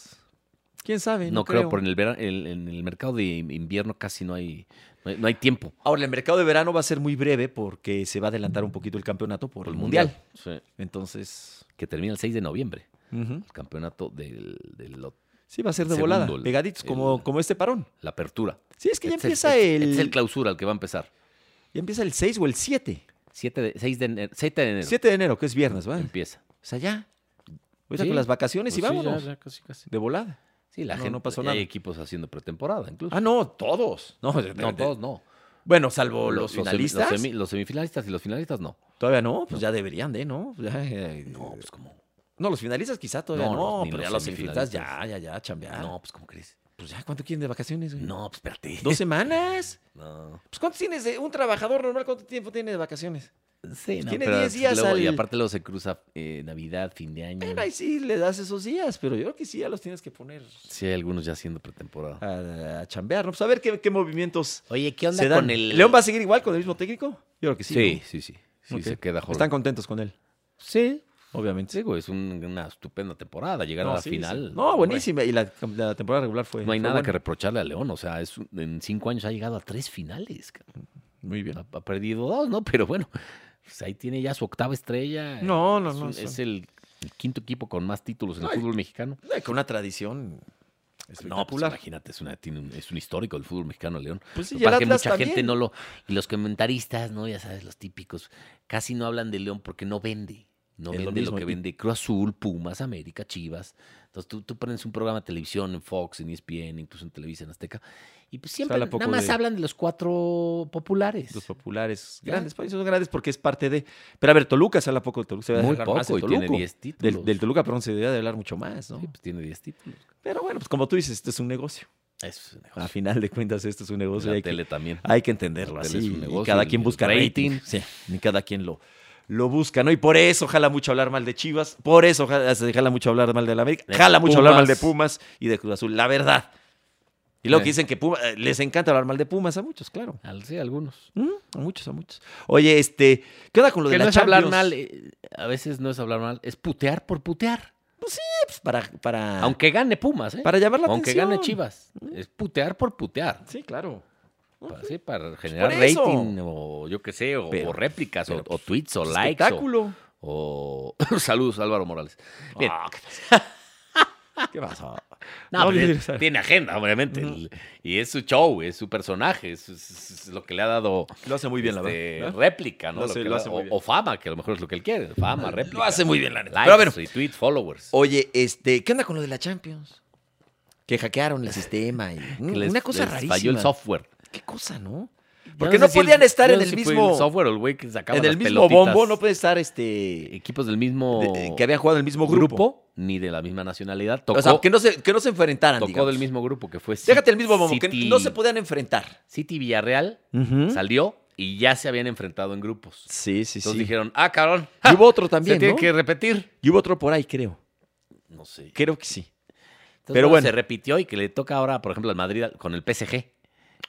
Speaker 1: ¿Quién sabe?
Speaker 2: No, creo, por en el, vera- el- en el mercado de invierno casi no hay, no hay, no hay tiempo.
Speaker 1: Ahora, el mercado de verano va a ser muy breve porque se va a adelantar un poquito el campeonato por el mundial.
Speaker 2: Sí.
Speaker 1: Entonces.
Speaker 2: Que termina el 6 de noviembre,
Speaker 1: ujú.
Speaker 2: el campeonato del- de lo-
Speaker 1: Sí, va a ser de
Speaker 2: Segundo,
Speaker 1: volada,
Speaker 2: el-
Speaker 1: pegaditos, como,
Speaker 2: el-
Speaker 1: como este parón.
Speaker 2: la apertura.
Speaker 1: Sí, es que ya
Speaker 2: Este es-
Speaker 1: empieza
Speaker 2: este-
Speaker 1: el,
Speaker 2: este es el clausura, el que va a empezar.
Speaker 1: ya empieza el 6 o el 7.
Speaker 2: 7 de, 6 de enero. 7 de enero
Speaker 1: 7 de enero, que es viernes, ¿va?
Speaker 2: empieza.
Speaker 1: O sea, ya. Ahorita
Speaker 2: Sí.
Speaker 1: con las vacaciones y
Speaker 2: Pues sí, ya,
Speaker 1: vámonos.
Speaker 2: ya casi, casi.
Speaker 1: De volada.
Speaker 2: Sí, la
Speaker 1: No,
Speaker 2: gente.
Speaker 1: no pasó
Speaker 2: ya
Speaker 1: nada.
Speaker 2: Hay equipos haciendo pretemporada, incluso.
Speaker 1: Ah, no, todos. No,
Speaker 2: no, todos no.
Speaker 1: Bueno, salvo los,
Speaker 2: semi-
Speaker 1: finalistas.
Speaker 2: Los, semi- los semifinalistas y los finalistas no.
Speaker 1: Todavía no, pues ya deberían de, ¿no? Ya, eh,
Speaker 2: No, pues como.
Speaker 1: no, los finalistas quizá todavía
Speaker 2: No,
Speaker 1: no,
Speaker 2: los- ni
Speaker 1: pero
Speaker 2: los
Speaker 1: ya los semifinalistas ya,
Speaker 2: semifinalistas.
Speaker 1: ya, ya, chambear.
Speaker 2: No, pues como crees.
Speaker 1: Pues ya, ¿cuánto quieren de vacaciones? güey?
Speaker 2: No, pues espérate.
Speaker 1: ¿Dos semanas?
Speaker 2: No.
Speaker 1: Pues ¿cuánto tienes de un trabajador normal? ¿Cuánto tiempo tiene de vacaciones?
Speaker 2: Sí, no,
Speaker 1: Pues Tiene
Speaker 2: pero
Speaker 1: 10 días
Speaker 2: luego- Y
Speaker 1: al-
Speaker 2: aparte luego se cruza eh, Navidad, fin de año.
Speaker 1: Bueno, ahí sí le das esos días, pero yo creo que sí ya los tienes que poner
Speaker 2: Sí, hay algunos ya haciendo
Speaker 1: Ah.
Speaker 2: pretemporada.
Speaker 1: a, a chambear, ¿no? Pues a ver qué, qué movimientos
Speaker 2: Oye, ¿qué
Speaker 1: se dan. ¿León va a seguir igual con el mismo técnico? Yo creo que sí.
Speaker 2: Sí, sí, sí. Sí,
Speaker 1: Ok.
Speaker 2: se queda
Speaker 1: ¿no?
Speaker 2: Jorge.
Speaker 1: Están contentos con él,
Speaker 2: Sí,
Speaker 1: obviamente.
Speaker 2: sí, güey, es un- una estupenda temporada. Llegar a la
Speaker 1: sí, sí.
Speaker 2: final.
Speaker 1: No,
Speaker 2: hombre,
Speaker 1: buenísima. Y la, la temporada regular fue.
Speaker 2: No hay
Speaker 1: fue
Speaker 2: nada que
Speaker 1: buena.
Speaker 2: reprocharle a León. O sea, es un- en cinco años ha llegado a tres finales. cabrón.
Speaker 1: Muy bien.
Speaker 2: Ha, ha perdido dos, ¿no? Pero bueno, pues ahí tiene ya su octava estrella.
Speaker 1: No, no,
Speaker 2: es
Speaker 1: no,
Speaker 2: un-
Speaker 1: son-
Speaker 2: es el quinto equipo con más títulos en
Speaker 1: Ay.
Speaker 2: el fútbol mexicano.
Speaker 1: Eh, Con una tradición
Speaker 2: No, pues
Speaker 1: espectacular.
Speaker 2: imagínate, es, una, tiene un, es un histórico del fútbol mexicano, León.
Speaker 1: Pues sí, y
Speaker 2: Lo que pasa
Speaker 1: el
Speaker 2: es que
Speaker 1: Atlas
Speaker 2: mucha gente
Speaker 1: también.
Speaker 2: no lo. Y los comentaristas, ¿no? Ya sabes, los típicos, casi no hablan de León porque no vende. No
Speaker 1: Es lo
Speaker 2: vende lo,
Speaker 1: mismo,
Speaker 2: que
Speaker 1: y-
Speaker 2: vende Cruz Azul, Pumas, América, Chivas. Entonces tú, tú prendes un programa de televisión en Fox, en E ESPN, incluso en Televisa, en Azteca. Y pues siempre
Speaker 1: habla
Speaker 2: nada
Speaker 1: poco
Speaker 2: más
Speaker 1: de-
Speaker 2: hablan de los cuatro populares.
Speaker 1: Los populares
Speaker 2: Ya.
Speaker 1: grandes, países son grandes porque es parte de. Pero a ver, Toluca se habla poco de Toluca. Se va a
Speaker 2: Muy
Speaker 1: dejar más
Speaker 2: poco,
Speaker 1: de
Speaker 2: y tiene
Speaker 1: Toluca.
Speaker 2: 10 títulos.
Speaker 1: Del, del Toluca, perdón, se debería de hablar mucho más, ¿no?
Speaker 2: Sí, pues tiene 10 títulos.
Speaker 1: Pero bueno, pues como tú dices, este es un negocio.
Speaker 2: Eso es un negocio.
Speaker 1: A final de cuentas, este es un negocio. y Ah,
Speaker 2: la
Speaker 1: hay que-
Speaker 2: tele también.
Speaker 1: Hay que entenderlo
Speaker 2: El
Speaker 1: así.
Speaker 2: hotel es un
Speaker 1: y
Speaker 2: negocio,
Speaker 1: cada
Speaker 2: el-
Speaker 1: quien
Speaker 2: el
Speaker 1: busca rating.
Speaker 2: rating.
Speaker 1: Sí, y cada quien lo, lo busca, ¿no? Y por eso jala mucho hablar mal de Chivas. Por eso jala, se jala mucho hablar mal de la América.
Speaker 2: De
Speaker 1: jala mucho hablar mal de
Speaker 2: Pumas.
Speaker 1: Pumas y de Cruz Azul. La verdad. Y luego
Speaker 2: Sí.
Speaker 1: que dicen que Puma- eh, les encanta hablar mal de Pumas a muchos, claro.
Speaker 2: Al- Sí, algunos.
Speaker 1: Mm, A muchos, a muchos. Oye, este, ¿qué onda con lo de
Speaker 2: que
Speaker 1: la
Speaker 2: no es
Speaker 1: Champions?
Speaker 2: hablar mal, eh, a veces no es hablar mal, es putear por putear.
Speaker 1: Pues para, para,
Speaker 2: Aunque gane Pumas, ¿eh?
Speaker 1: para llamar la
Speaker 2: Aunque
Speaker 1: atención.
Speaker 2: gane Chivas, es putear por putear.
Speaker 1: Sí, claro.
Speaker 2: Para, sí, para generar
Speaker 1: por eso.
Speaker 2: rating o yo qué sé, o,
Speaker 1: Pero-
Speaker 2: o réplicas, o-
Speaker 1: pero, pues,
Speaker 2: o, tweets, o likes, o,
Speaker 1: Espectáculo.
Speaker 2: o- saludos Álvaro Morales. Bien,
Speaker 1: Ah, ¿Qué pasó?
Speaker 2: no,
Speaker 1: No,
Speaker 2: pero
Speaker 1: mire,
Speaker 2: es- tiene agenda, obviamente, el- y es su show, es su personaje, es, es- es lo que le ha dado
Speaker 1: Lo hace muy bien, la
Speaker 2: este,
Speaker 1: verdad. ¿no?
Speaker 2: réplica, ¿no?
Speaker 1: Lo
Speaker 2: Lo
Speaker 1: hace-
Speaker 2: que
Speaker 1: lo
Speaker 2: le ha-
Speaker 1: hace muy
Speaker 2: o-
Speaker 1: bien.
Speaker 2: o fama, que a lo mejor es lo que él quiere, fama, réplica.
Speaker 1: Lo hace muy bien, la neta.
Speaker 2: likes,
Speaker 1: Pero a ver,
Speaker 2: y tweet followers.
Speaker 1: Oye, este, ¿qué onda con lo de la Champions? Que hackearon el sistema y
Speaker 2: que
Speaker 1: mm,
Speaker 2: les-
Speaker 1: una cosa
Speaker 2: les
Speaker 1: rarísima.
Speaker 2: Falló el software.
Speaker 1: ¿Qué cosa, no?
Speaker 2: Yo
Speaker 1: Porque
Speaker 2: sé
Speaker 1: no
Speaker 2: si el-
Speaker 1: podían estar
Speaker 2: yo
Speaker 1: en
Speaker 2: no
Speaker 1: el
Speaker 2: sé si fue
Speaker 1: mismo-
Speaker 2: software, o el güey que sacaba
Speaker 1: En el
Speaker 2: las
Speaker 1: mismo
Speaker 2: pelotitas,
Speaker 1: bombo no puede estar este
Speaker 2: equipos del mismo
Speaker 1: de- eh, que habían jugado en el mismo grupo.
Speaker 2: ni de la misma nacionalidad. Tocó,
Speaker 1: o sea, que no se que no se enfrentaran,
Speaker 2: tocó
Speaker 1: digamos.
Speaker 2: del mismo grupo que fue.
Speaker 1: Déjate el mismo bombo, que
Speaker 2: City-
Speaker 1: no se podían enfrentar.
Speaker 2: City Villarreal salió y ya se habían enfrentado en grupos.
Speaker 1: Sí, sí,
Speaker 2: Entonces
Speaker 1: sí.
Speaker 2: dijeron, ah, cabrón,
Speaker 1: Y hubo otro
Speaker 2: se
Speaker 1: también,
Speaker 2: tiene
Speaker 1: ¿no?
Speaker 2: que repetir.
Speaker 1: Y hubo otro por ahí, creo.
Speaker 2: No sé.
Speaker 1: Creo que sí.
Speaker 2: Entonces,
Speaker 1: Pero bueno.
Speaker 2: se repitió y que le toca ahora, por ejemplo, al Madrid al- con el PSG.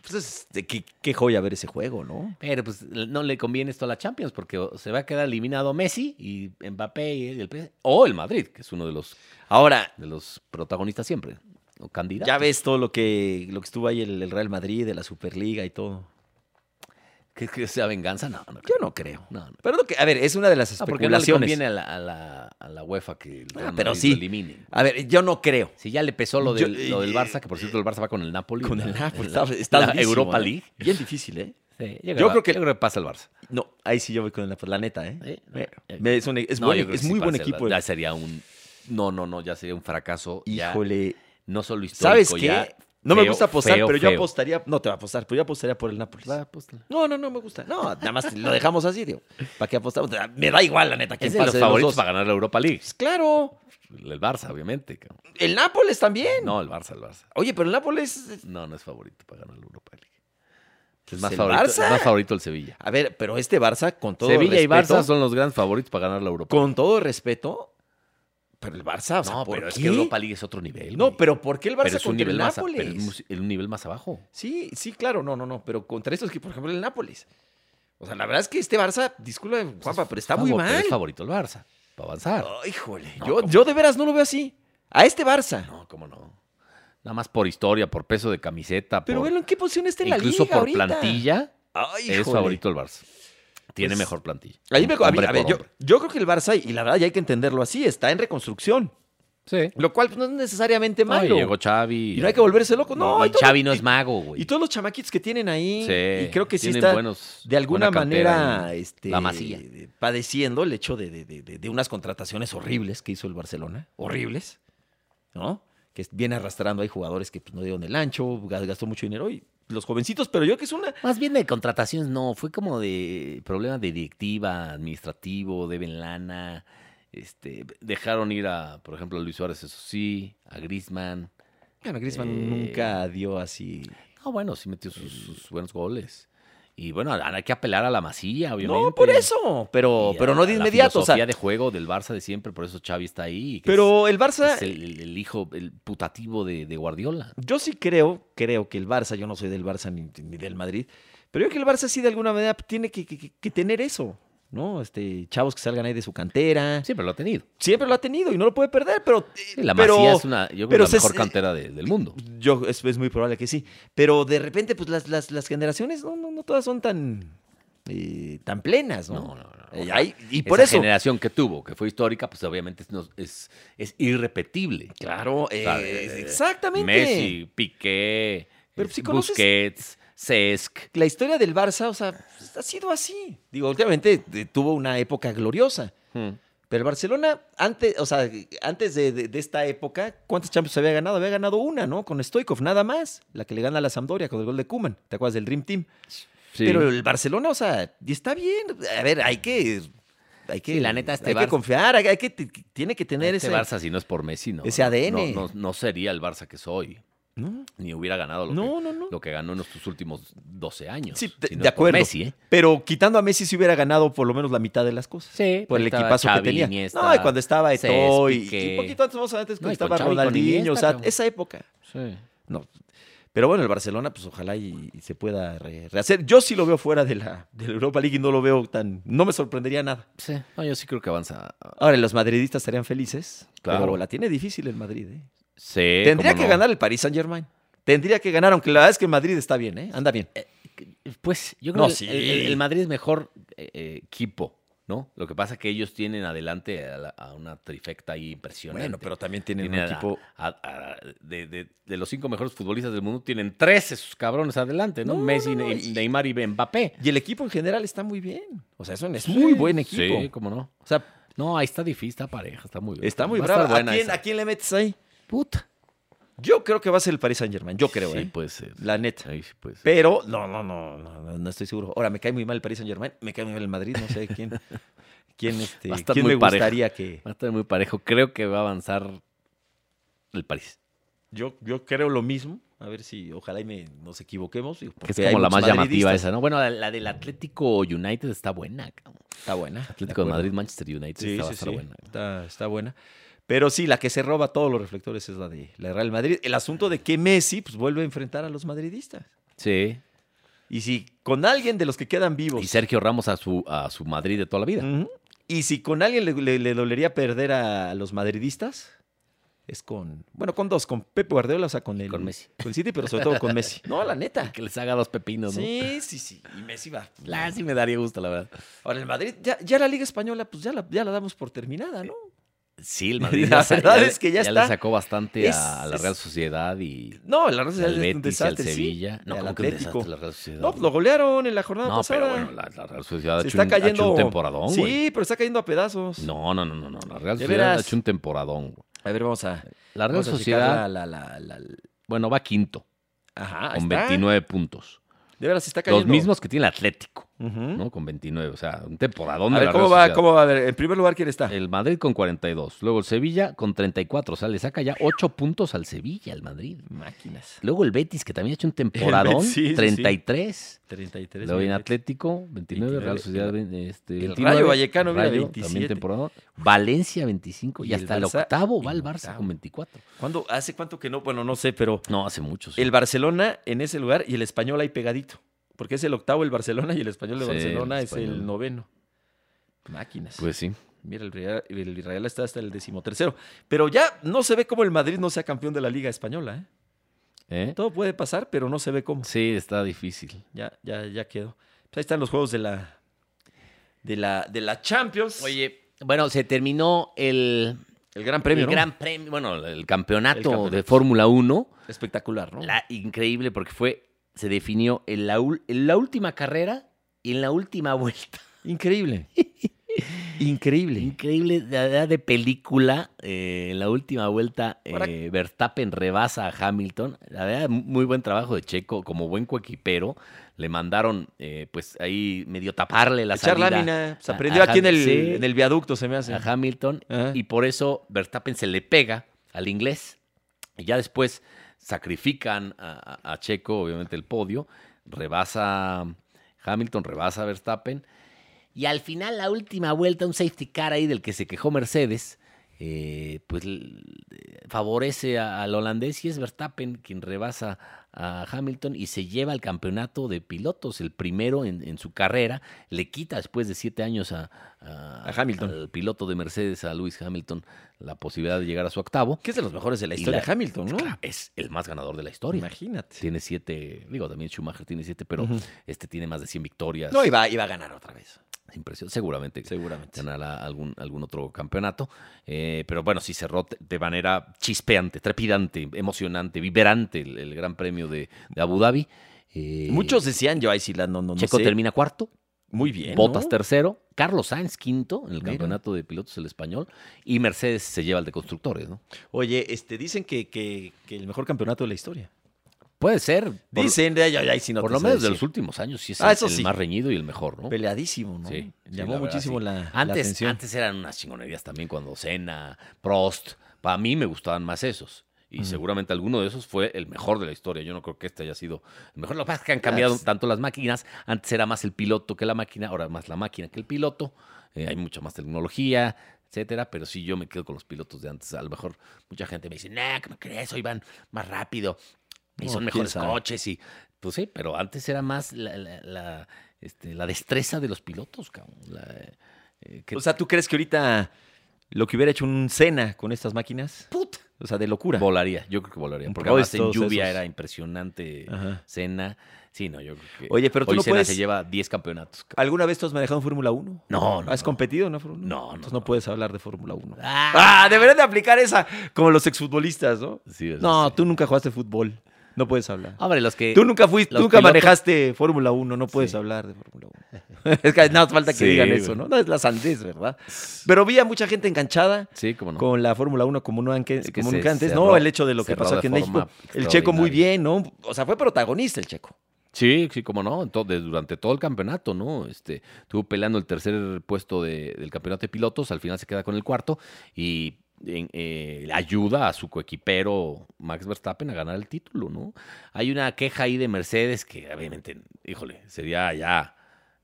Speaker 1: Pues es- de qué, qué joya ver ese juego, ¿no?
Speaker 2: Pero pues no le conviene esto a la Champions porque o se va a quedar eliminado Messi y Mbappé y el PSG, o el Madrid, que es uno de los
Speaker 1: Ahora,
Speaker 2: de los protagonistas siempre, o candidatos.
Speaker 1: ya ves todo lo que lo que estuvo ahí el, el Real Madrid, de la Superliga y todo.
Speaker 2: ¿Que, que sea venganza? No, no
Speaker 1: Yo
Speaker 2: creo.
Speaker 1: no creo.
Speaker 2: No, no.
Speaker 1: Pero lo que, a ver, es una de las
Speaker 2: Ah, porque no le
Speaker 1: especulaciones.
Speaker 2: conviene a la, a la, a la UEFA que el Real
Speaker 1: Ah, pero
Speaker 2: Madrid
Speaker 1: sí.
Speaker 2: lo eliminen.
Speaker 1: A ver, yo no creo.
Speaker 2: Si ya le pesó lo
Speaker 1: Yo-
Speaker 2: del, lo del
Speaker 1: eh,
Speaker 2: Barça, que por cierto el Barça va con el Napoli.
Speaker 1: Con el
Speaker 2: la-
Speaker 1: Napoli.
Speaker 2: la-
Speaker 1: Está, está
Speaker 2: la
Speaker 1: durísimo,
Speaker 2: Europa
Speaker 1: ¿eh?
Speaker 2: League.
Speaker 1: Bien difícil, ¿eh?
Speaker 2: Sí,
Speaker 1: creo que
Speaker 2: yo, creo
Speaker 1: va-
Speaker 2: que, yo creo que pasa el Barça.
Speaker 1: No, ahí sí yo voy con el Napoli, la neta, ¿eh?
Speaker 2: Sí,
Speaker 1: Me-
Speaker 2: no,
Speaker 1: me- es un- es
Speaker 2: No,
Speaker 1: buen-
Speaker 2: yo creo que
Speaker 1: es
Speaker 2: sí
Speaker 1: muy buen
Speaker 2: pasa el
Speaker 1: equipo.
Speaker 2: Barça.
Speaker 1: el-
Speaker 2: Ya sería un... No, no, no, ya sería un fracaso. ya
Speaker 1: Híjole.
Speaker 2: no solo histórico,
Speaker 1: ¿Sabes qué?
Speaker 2: ya
Speaker 1: No me
Speaker 2: Feo,
Speaker 1: gusta apostar,
Speaker 2: feo,
Speaker 1: pero yo
Speaker 2: feo.
Speaker 1: apostaría. No te va a apostar, pero yo apostaría por el Nápoles.
Speaker 2: Va, apóstala.
Speaker 1: No, no, no me gusta. No, nada más lo dejamos así, tío. ¿Para qué apostamos? Me da igual, la neta, quién
Speaker 2: Es de
Speaker 1: pase
Speaker 2: los
Speaker 1: de los dos.
Speaker 2: favoritos para ganar la Europa League.
Speaker 1: Pues claro.
Speaker 2: El Barça, obviamente. cabrón.
Speaker 1: El Nápoles también.
Speaker 2: No, el Barça, el Barça.
Speaker 1: Oye, pero el Nápoles.
Speaker 2: No, no es favorito para ganar la Europa League. Es
Speaker 1: Pues
Speaker 2: más,
Speaker 1: el
Speaker 2: favorito,
Speaker 1: Barça.
Speaker 2: más favorito el Sevilla.
Speaker 1: A ver, pero este Barça, con todo
Speaker 2: Sevilla y
Speaker 1: respeto-
Speaker 2: Barça son los grandes favoritos para ganar la Europa
Speaker 1: Con todo respeto, pero el Barça, o sea,
Speaker 2: no,
Speaker 1: ¿por
Speaker 2: pero es
Speaker 1: qué?
Speaker 2: que Europa League es otro nivel.
Speaker 1: No,
Speaker 2: güey.
Speaker 1: pero ¿por qué el
Speaker 2: Pero
Speaker 1: Barça
Speaker 2: es un
Speaker 1: contra el
Speaker 2: nivel más, a-
Speaker 1: Nápoles?
Speaker 2: pero es un- un nivel más abajo.
Speaker 1: Sí, sí, claro, no, no, no, pero contra estos que, por ejemplo, el Nápoles. O sea, la verdad es que este Barça, disculpa, Juanpa, pero está muy
Speaker 2: Favor- pero
Speaker 1: mal.
Speaker 2: pues,
Speaker 1: Ah.
Speaker 2: Es favorito el Barça para avanzar.
Speaker 1: Ay, híjole,
Speaker 2: No,
Speaker 1: yo,
Speaker 2: ¿cómo?
Speaker 1: yo de veras no lo veo así. A este Barça.
Speaker 2: No, cómo no. Nada más por historia, por peso de camiseta,
Speaker 1: pero
Speaker 2: por-
Speaker 1: bueno, ¿en qué posición está en la liga
Speaker 2: incluso por
Speaker 1: ahorita?
Speaker 2: plantilla,
Speaker 1: Ay,
Speaker 2: es
Speaker 1: híjole.
Speaker 2: favorito el Barça. Tiene
Speaker 1: Pues,
Speaker 2: mejor plantilla.
Speaker 1: Ahí me- a mí-
Speaker 2: Hombre
Speaker 1: a ver,
Speaker 2: por
Speaker 1: yo,
Speaker 2: hombre.
Speaker 1: yo creo que el Barça, y la verdad ya hay que entenderlo así, está en reconstrucción.
Speaker 2: Sí.
Speaker 1: Lo cual pues, no es necesariamente
Speaker 2: No, y
Speaker 1: malo.
Speaker 2: llegó Xavi.
Speaker 1: y no hay que volverse loco. No,
Speaker 2: No,
Speaker 1: hay
Speaker 2: y
Speaker 1: todo-
Speaker 2: Xavi no
Speaker 1: y-
Speaker 2: es mago, güey.
Speaker 1: Y todos los chamaquitos que tienen ahí,
Speaker 2: Sí,
Speaker 1: y creo que sí
Speaker 2: tienen
Speaker 1: está
Speaker 2: buenos-
Speaker 1: de alguna
Speaker 2: buena cantera
Speaker 1: manera
Speaker 2: y-
Speaker 1: este,
Speaker 2: La Masía.
Speaker 1: de- padeciendo el hecho de, de- de- de- de unas contrataciones horribles que hizo el Barcelona, horribles, ¿no? Que viene arrastrando, hay jugadores que pues, no dieron el ancho, ga- gastó mucho dinero y los jovencitos, pero yo que es una...
Speaker 2: Más bien de contrataciones, no. Fue como de problemas de directiva, administrativo, deben lana. Este, dejaron ir a, por ejemplo, a Luis Suárez, eso sí, a Grisman.
Speaker 1: Bueno, Griezmann
Speaker 2: Eh,
Speaker 1: nunca dio así...
Speaker 2: Ah, bueno, sí metió sus, sus buenos goles. Y bueno, ahora hay que apelar a la masilla, obviamente.
Speaker 1: No, por eso, pero,
Speaker 2: Y a-
Speaker 1: pero no de
Speaker 2: a la
Speaker 1: inmediato. O sea,
Speaker 2: filosofía de juego del Barça de siempre, por eso Xavi está ahí. que
Speaker 1: pero el
Speaker 2: es,
Speaker 1: Barça,
Speaker 2: es el, el- el hijo, el putativo de, de Guardiola.
Speaker 1: Yo sí creo, creo que el Barça, yo no soy del Barça ni, ni del Madrid, pero yo creo que el Barça sí de alguna manera tiene que, que- que- que tener eso, ¿no? Este, chavos que salgan ahí de su cantera.
Speaker 2: Siempre lo ha tenido.
Speaker 1: Siempre lo ha tenido y no lo puede perder, pero. eh,
Speaker 2: Sí, la
Speaker 1: pero-
Speaker 2: Masía es una, yo creo que
Speaker 1: pero
Speaker 2: la
Speaker 1: se-
Speaker 2: mejor cantera de- del mundo.
Speaker 1: Yo, es, es muy probable que sí. Pero de repente, pues las, las, las generaciones no, no, no todas son tan. eh, tan plenas, ¿no?
Speaker 2: No, no, no.
Speaker 1: Eh, hay- y
Speaker 2: Esa
Speaker 1: por eso.
Speaker 2: generación que tuvo, que fue histórica, pues obviamente es, no- es, es irrepetible.
Speaker 1: Claro, eh,
Speaker 2: sea, eh,
Speaker 1: exactamente.
Speaker 2: Messi, Piqué,
Speaker 1: Pero
Speaker 2: eh,
Speaker 1: si conoces-
Speaker 2: Busquets, Cesc.
Speaker 1: la historia del Barça, o sea, pues, ha sido así. Digo, últimamente eh, tuvo una época gloriosa. Pero el Barcelona, antes, o sea, antes de, de- de esta época, ¿cuántas Champions había ganado? Había ganado una, ¿no? Con Stoikov, nada más. La que le gana a la Sampdoria con el gol de Kuman. ¿Te acuerdas del Dream Team? Pero el Barcelona, o sea, y está bien. A ver, hay que. Hay que,
Speaker 2: Sí, la neta, este
Speaker 1: hay que
Speaker 2: Barça-
Speaker 1: confiar, hay, hay que, tiene que tener
Speaker 2: este
Speaker 1: ese.
Speaker 2: Barça, si no es por Messi, no.
Speaker 1: ese
Speaker 2: no-
Speaker 1: ADN.
Speaker 2: No, no- no sería el Barça que soy,
Speaker 1: No,
Speaker 2: ni hubiera ganado lo,
Speaker 1: no, no. no.
Speaker 2: que, lo que ganó en estos últimos 12 años.
Speaker 1: Sí, de,
Speaker 2: si no
Speaker 1: de
Speaker 2: es por
Speaker 1: acuerdo.
Speaker 2: Messi, ¿eh?
Speaker 1: Pero quitando a Messi, si hubiera ganado por lo menos la mitad de las cosas.
Speaker 2: Sí,
Speaker 1: por el
Speaker 2: estaba
Speaker 1: equipazo que
Speaker 2: Xavi,
Speaker 1: tenía.
Speaker 2: Iniesta,
Speaker 1: no, y cuando estaba
Speaker 2: Cesc,
Speaker 1: Eto'o y,
Speaker 2: Piqué.
Speaker 1: y poquito antes, vamos a ver, antes, cuando
Speaker 2: No, y con
Speaker 1: estaba
Speaker 2: Xavi, con
Speaker 1: Ronaldinho, o
Speaker 2: Iniesta,
Speaker 1: sea,
Speaker 2: cabrón.
Speaker 1: esa época.
Speaker 2: Sí.
Speaker 1: No. Pero bueno, el Barcelona, pues ojalá y, y se pueda re- rehacer. Yo sí lo veo fuera de la, de la Europa League y no lo veo tan. No me sorprendería nada.
Speaker 2: Sí. No, yo sí creo que avanza.
Speaker 1: Ahora, los madridistas estarían felices.
Speaker 2: Claro.
Speaker 1: Pero la tiene difícil el Madrid. ¿eh?
Speaker 2: Sí,
Speaker 1: Tendría
Speaker 2: cómo
Speaker 1: que
Speaker 2: no.
Speaker 1: ganar el Paris Saint-Germain. Tendría que ganar, aunque la verdad es que el Madrid está bien, ¿eh? Anda bien.
Speaker 2: Pues yo
Speaker 1: No,
Speaker 2: creo que
Speaker 1: sí.
Speaker 2: el- el, el Madrid es mejor eh, eh, equipo, ¿no? Lo que pasa es que ellos tienen adelante a, la- a una trifecta ahí impresionante.
Speaker 1: Bueno, pero también tienen un
Speaker 2: Tienen a-
Speaker 1: equipo.
Speaker 2: a- a- de, de- de los cinco mejores futbolistas del mundo, tienen tres esos cabrones adelante, ¿no?
Speaker 1: No,
Speaker 2: Messi,
Speaker 1: no, no,
Speaker 2: Ne-
Speaker 1: y-
Speaker 2: Neymar y Mbappé.
Speaker 1: Y el equipo en general está muy bien. O sea, es un es muy buen equipo.
Speaker 2: Sí, cómo no.
Speaker 1: O sea,
Speaker 2: No, ahí está difícil, está pareja, está muy bien.
Speaker 1: está muy
Speaker 2: Va a estar
Speaker 1: bravo. ¿A
Speaker 2: buena
Speaker 1: quién,
Speaker 2: esa.
Speaker 1: a quién le metes ahí?
Speaker 2: Puta.
Speaker 1: Yo creo que va a ser el Paris Saint-Germain. Yo creo,
Speaker 2: sí,
Speaker 1: ¿eh?
Speaker 2: puede ser.
Speaker 1: La neta.
Speaker 2: Ahí sí puede ser.
Speaker 1: Pero, no, no, no, no, no, no estoy seguro. Ahora, me cae muy mal el Paris Saint Germain, me cae muy mal el Madrid, no sé quién, quién, este,
Speaker 2: Va a estar
Speaker 1: quién
Speaker 2: muy
Speaker 1: me
Speaker 2: parejo.
Speaker 1: gustaría que.
Speaker 2: Va a estar muy parejo. Creo que va a avanzar el París.
Speaker 1: Yo, yo creo lo mismo. A ver si, ojalá y me- nos equivoquemos. digo,
Speaker 2: Que es
Speaker 1: porque hay
Speaker 2: como la
Speaker 1: muchos
Speaker 2: más llamativa
Speaker 1: madridistas.
Speaker 2: esa, ¿no? Bueno, la, la del Atlético United está buena. cabrón.
Speaker 1: Está buena.
Speaker 2: Atlético de,
Speaker 1: acuerdo.
Speaker 2: Madrid, Manchester United
Speaker 1: Sí,
Speaker 2: está, va a
Speaker 1: sí,
Speaker 2: estar
Speaker 1: sí.
Speaker 2: buena.
Speaker 1: Está, está buena. Pero sí, la que se roba todos los reflectores es la de la de Real Madrid. El asunto de que Messi pues, vuelve a enfrentar a los madridistas.
Speaker 2: Sí.
Speaker 1: Y si con alguien de los que quedan vivos.
Speaker 2: Y Sergio Ramos a su, a su Madrid de toda la vida.
Speaker 1: Ujú. Y si con alguien le, le- le dolería perder a los madridistas, es con, bueno, con dos, con Pepe Guardiola, o sea, con el,
Speaker 2: con Messi.
Speaker 1: con el City, pero sobre todo con Messi. No, la neta.
Speaker 2: Que les haga dos pepinos, ¿no?
Speaker 1: Sí, sí, sí. Y Messi va.
Speaker 2: La, sí me daría gusto, la verdad.
Speaker 1: Ahora, el Madrid, ya, ya la Liga Española, pues ya la, ya la damos por terminada, ¿no?
Speaker 2: Sí, el Madrid.
Speaker 1: La
Speaker 2: sa-
Speaker 1: verdad
Speaker 2: le-
Speaker 1: es que ya
Speaker 2: le
Speaker 1: está.
Speaker 2: sacó bastante
Speaker 1: Es-
Speaker 2: a, a la
Speaker 1: es-
Speaker 2: Real Sociedad y
Speaker 1: No, la Real Sociedad
Speaker 2: al
Speaker 1: es un
Speaker 2: Betis y al
Speaker 1: desastre, sí.
Speaker 2: Sevilla. No,
Speaker 1: Y al
Speaker 2: como que un
Speaker 1: Atlético.
Speaker 2: desastre la Real Sociedad.
Speaker 1: No, pues lo golearon en la jornada
Speaker 2: No,
Speaker 1: pasada.
Speaker 2: pero bueno, la, la Real Sociedad ha
Speaker 1: Se
Speaker 2: hecho,
Speaker 1: está
Speaker 2: un, ha hecho un
Speaker 1: cayendo.
Speaker 2: temporadón,
Speaker 1: sí,
Speaker 2: güey.
Speaker 1: pero está cayendo a pedazos.
Speaker 2: No, no, no, no, no. La Real
Speaker 1: De
Speaker 2: Sociedad ha
Speaker 1: veras.
Speaker 2: hecho un temporadón, güey.
Speaker 1: A ver, vamos a.
Speaker 2: La Real
Speaker 1: vamos a checar
Speaker 2: Sociedad,
Speaker 1: la- la- la- la-
Speaker 2: bueno, va quinto.
Speaker 1: Ajá, ahí
Speaker 2: con
Speaker 1: está.
Speaker 2: 29 puntos.
Speaker 1: De veras está cayendo.
Speaker 2: Los mismos que tiene el Atlético,
Speaker 1: Ujú.
Speaker 2: ¿no? Con 29, o sea, un
Speaker 1: A
Speaker 2: temporadón de
Speaker 1: ver,
Speaker 2: la
Speaker 1: ¿cómo
Speaker 2: Real
Speaker 1: va,
Speaker 2: Sociedad. Eh,
Speaker 1: ¿cómo va? A ver, en primer lugar, ¿quién está?
Speaker 2: El Madrid con 42, luego el Sevilla con 34, o sea, le saca ya 8 puntos al Sevilla, al Madrid.
Speaker 1: Máquinas.
Speaker 2: Luego el Betis, que también ha hecho un temporadón,
Speaker 1: Betis, sí, sí.
Speaker 2: 33.
Speaker 1: 33.
Speaker 2: Luego viene
Speaker 1: mira,
Speaker 2: Atlético, 29, Real
Speaker 1: 29,
Speaker 2: Sociedad, ve- este,
Speaker 1: el
Speaker 2: 29,
Speaker 1: Rayo Vallecano, mira,
Speaker 2: Rayo,
Speaker 1: 27.
Speaker 2: También temporada. Valencia, 25. Y,
Speaker 1: Y el
Speaker 2: hasta el,
Speaker 1: Barça,
Speaker 2: octavo
Speaker 1: en
Speaker 2: va el Barça
Speaker 1: octavo.
Speaker 2: con 24.
Speaker 1: ¿Cuándo- ¿Hace cuánto que no? Bueno, no sé, pero
Speaker 2: No, hace muchos.
Speaker 1: el Barcelona en ese lugar y el Español ahí pegadito. Porque es el octavo el Barcelona y el Español de
Speaker 2: Sí, el
Speaker 1: Barcelona es el
Speaker 2: Español.
Speaker 1: noveno. Máquinas.
Speaker 2: Pues sí.
Speaker 1: Mira, el Real, el Real está hasta el decimotercero. Pero ya no se ve como el Madrid no sea campeón de la Liga Española. ¿eh?
Speaker 2: ¿eh?
Speaker 1: Todo puede pasar, pero no se ve cómo.
Speaker 2: Sí, está difícil.
Speaker 1: Ya, ya, ya quedó. Pues ahí están los juegos de la, de la, de la Champions.
Speaker 2: Oye, bueno, se terminó el,
Speaker 1: el Gran Premio,
Speaker 2: el
Speaker 1: ¿no?
Speaker 2: Gran Premio, bueno, el campeonato,
Speaker 1: El campeonato.
Speaker 2: de Fórmula 1.
Speaker 1: Espectacular, ¿no?
Speaker 2: La increíble porque fue, se definió en la, ul- en la última carrera y en la última vuelta.
Speaker 1: Increíble. Increíble.
Speaker 2: Increíble, la verdad, de película. eh, en la última vuelta,
Speaker 1: Ahora-
Speaker 2: eh, Verstappen rebasa a Hamilton. La verdad, muy buen trabajo de Checo, como buen coequipero. Le mandaron, eh, pues ahí medio taparle la
Speaker 1: Echar
Speaker 2: salida
Speaker 1: lámina. Se
Speaker 2: a-
Speaker 1: aprendió
Speaker 2: a
Speaker 1: aquí en el,
Speaker 2: Hamilton, sí.
Speaker 1: en el viaducto, se me hace.
Speaker 2: a Hamilton.
Speaker 1: Ajá.
Speaker 2: Y por eso Verstappen se le pega al inglés. Y ya después sacrifican a, a- a Checo, obviamente, el podio. Rebasa Hamilton, rebasa Verstappen. Y al final, la última vuelta, un safety car ahí del que se quejó Mercedes, eh, pues l- favorece a- al holandés y es Verstappen quien rebasa a Hamilton y se lleva al campeonato de pilotos, el primero en, en su carrera. Le quita después de siete años a,
Speaker 1: A Hamilton.
Speaker 2: al piloto de Mercedes, a Lewis Hamilton, la posibilidad de llegar a su octavo.
Speaker 1: Que es de los mejores de la
Speaker 2: Y
Speaker 1: historia,
Speaker 2: la-
Speaker 1: Hamilton, ¿no?
Speaker 2: Claro, Es el más ganador de la historia.
Speaker 1: Imagínate.
Speaker 2: Tiene siete, digo, también Schumacher tiene siete, pero
Speaker 1: Ujú.
Speaker 2: este tiene más de 100 victorias.
Speaker 1: No, iba, iba a ganar otra vez.
Speaker 2: Impresión, seguramente
Speaker 1: Seguramente.
Speaker 2: ganará algún, algún otro campeonato. Eh, pero bueno, sí cerró te- de manera chispeante, trepidante, emocionante, vibrante el, el Gran Premio de, de Abu Dhabi. Eh,
Speaker 1: Muchos decían, yo ahí sí, la- no, no, no
Speaker 2: Checo
Speaker 1: sé.
Speaker 2: termina cuarto,
Speaker 1: Muy bien. ¿no?
Speaker 2: Botas tercero, Carlos Sainz quinto en el
Speaker 1: Mira.
Speaker 2: campeonato de pilotos el español y Mercedes se lleva el de constructores, ¿no?
Speaker 1: Oye, este, dicen que, que- que el mejor campeonato de la historia.
Speaker 2: Puede ser. por-
Speaker 1: Dicen, ya, ya, ya, ahí sí no
Speaker 2: por
Speaker 1: te
Speaker 2: lo
Speaker 1: sé
Speaker 2: menos de
Speaker 1: decir.
Speaker 2: los últimos años sí es
Speaker 1: Ah,
Speaker 2: el-
Speaker 1: eso
Speaker 2: el
Speaker 1: sí.
Speaker 2: más reñido y el mejor, ¿no?
Speaker 1: Peleadísimo, ¿no?
Speaker 2: Sí, sí,
Speaker 1: Llamó
Speaker 2: la verdad,
Speaker 1: muchísimo
Speaker 2: sí.
Speaker 1: la, la
Speaker 2: Antes,
Speaker 1: atención.
Speaker 2: antes eran unas chingonerías también cuando Cena, Prost. Para mí me gustaban más esos. Y
Speaker 1: Ujú.
Speaker 2: seguramente alguno de esos fue el mejor de la historia. Yo no creo que este haya sido el mejor. Lo que pasa es que han cambiado
Speaker 1: pues-
Speaker 2: tanto las máquinas. Antes era más el piloto que la máquina, ahora más la máquina que el piloto. Eh, hay mucha más tecnología, etcétera. Pero sí, yo me quedo con los pilotos de antes. A lo mejor mucha gente me dice, nah, ¿qué me crees? Hoy van más rápido y
Speaker 1: No,
Speaker 2: son
Speaker 1: quién
Speaker 2: mejores
Speaker 1: sabe.
Speaker 2: coches. y Pues sí, pero antes era más la, la- la, este, la destreza de los pilotos, cabrón. La, eh, que-
Speaker 1: O sea, ¿tú crees que ahorita lo que hubiera hecho un Cena con estas máquinas?
Speaker 2: puta.
Speaker 1: O sea, de locura.
Speaker 2: Volaría, yo creo que volaría.
Speaker 1: Un
Speaker 2: Porque además en
Speaker 1: Prost, todos
Speaker 2: lluvia
Speaker 1: esos.
Speaker 2: era impresionante.
Speaker 1: Ajá.
Speaker 2: Cena. Sí, no, yo creo que.
Speaker 1: Oye, pero tú
Speaker 2: hoy
Speaker 1: no
Speaker 2: Senna
Speaker 1: puedes-
Speaker 2: se lleva 10 campeonatos. cabrón.
Speaker 1: ¿Alguna vez tú has manejado en Fórmula 1?
Speaker 2: No, no,
Speaker 1: ¿Has
Speaker 2: no.
Speaker 1: competido en la Fórmula 1?
Speaker 2: No, no,
Speaker 1: Entonces no,
Speaker 2: no.
Speaker 1: puedes hablar de Fórmula 1.
Speaker 2: ¡Ah!
Speaker 1: ¡Ah! Deberían de aplicar esa como los exfutbolistas, ¿no?
Speaker 2: Sí, eso
Speaker 1: No,
Speaker 2: sí.
Speaker 1: tú nunca jugaste fútbol. No puedes hablar.
Speaker 2: Hombre, los que.
Speaker 1: Tú nunca fuiste,
Speaker 2: los
Speaker 1: nunca
Speaker 2: pilotos-
Speaker 1: manejaste Fórmula 1, no puedes
Speaker 2: Sí.
Speaker 1: hablar de Fórmula 1. es que nada más falta que
Speaker 2: Sí,
Speaker 1: digan
Speaker 2: güey.
Speaker 1: eso, ¿no? No es la sandez, ¿verdad? Pero vi a mucha gente enganchada
Speaker 2: Sí, como no.
Speaker 1: con la Fórmula 1 como, no anque-
Speaker 2: Es que
Speaker 1: como
Speaker 2: se
Speaker 1: nunca antes,
Speaker 2: cerró-
Speaker 1: ¿no? El hecho de lo que
Speaker 2: cerró
Speaker 1: pasó
Speaker 2: de
Speaker 1: aquí en
Speaker 2: forma
Speaker 1: México. El Checo muy
Speaker 2: extraordinaria.
Speaker 1: bien, ¿no? O sea, fue protagonista el Checo.
Speaker 2: Sí, sí, como no, entonces, durante todo el campeonato, ¿no? Este, estuvo peleando el tercer puesto de- del campeonato de pilotos, al final se queda con el cuarto y en- eh, ayuda a su coequipero Max Verstappen a ganar el título, ¿no? Hay una queja ahí de Mercedes que obviamente, híjole, sería ya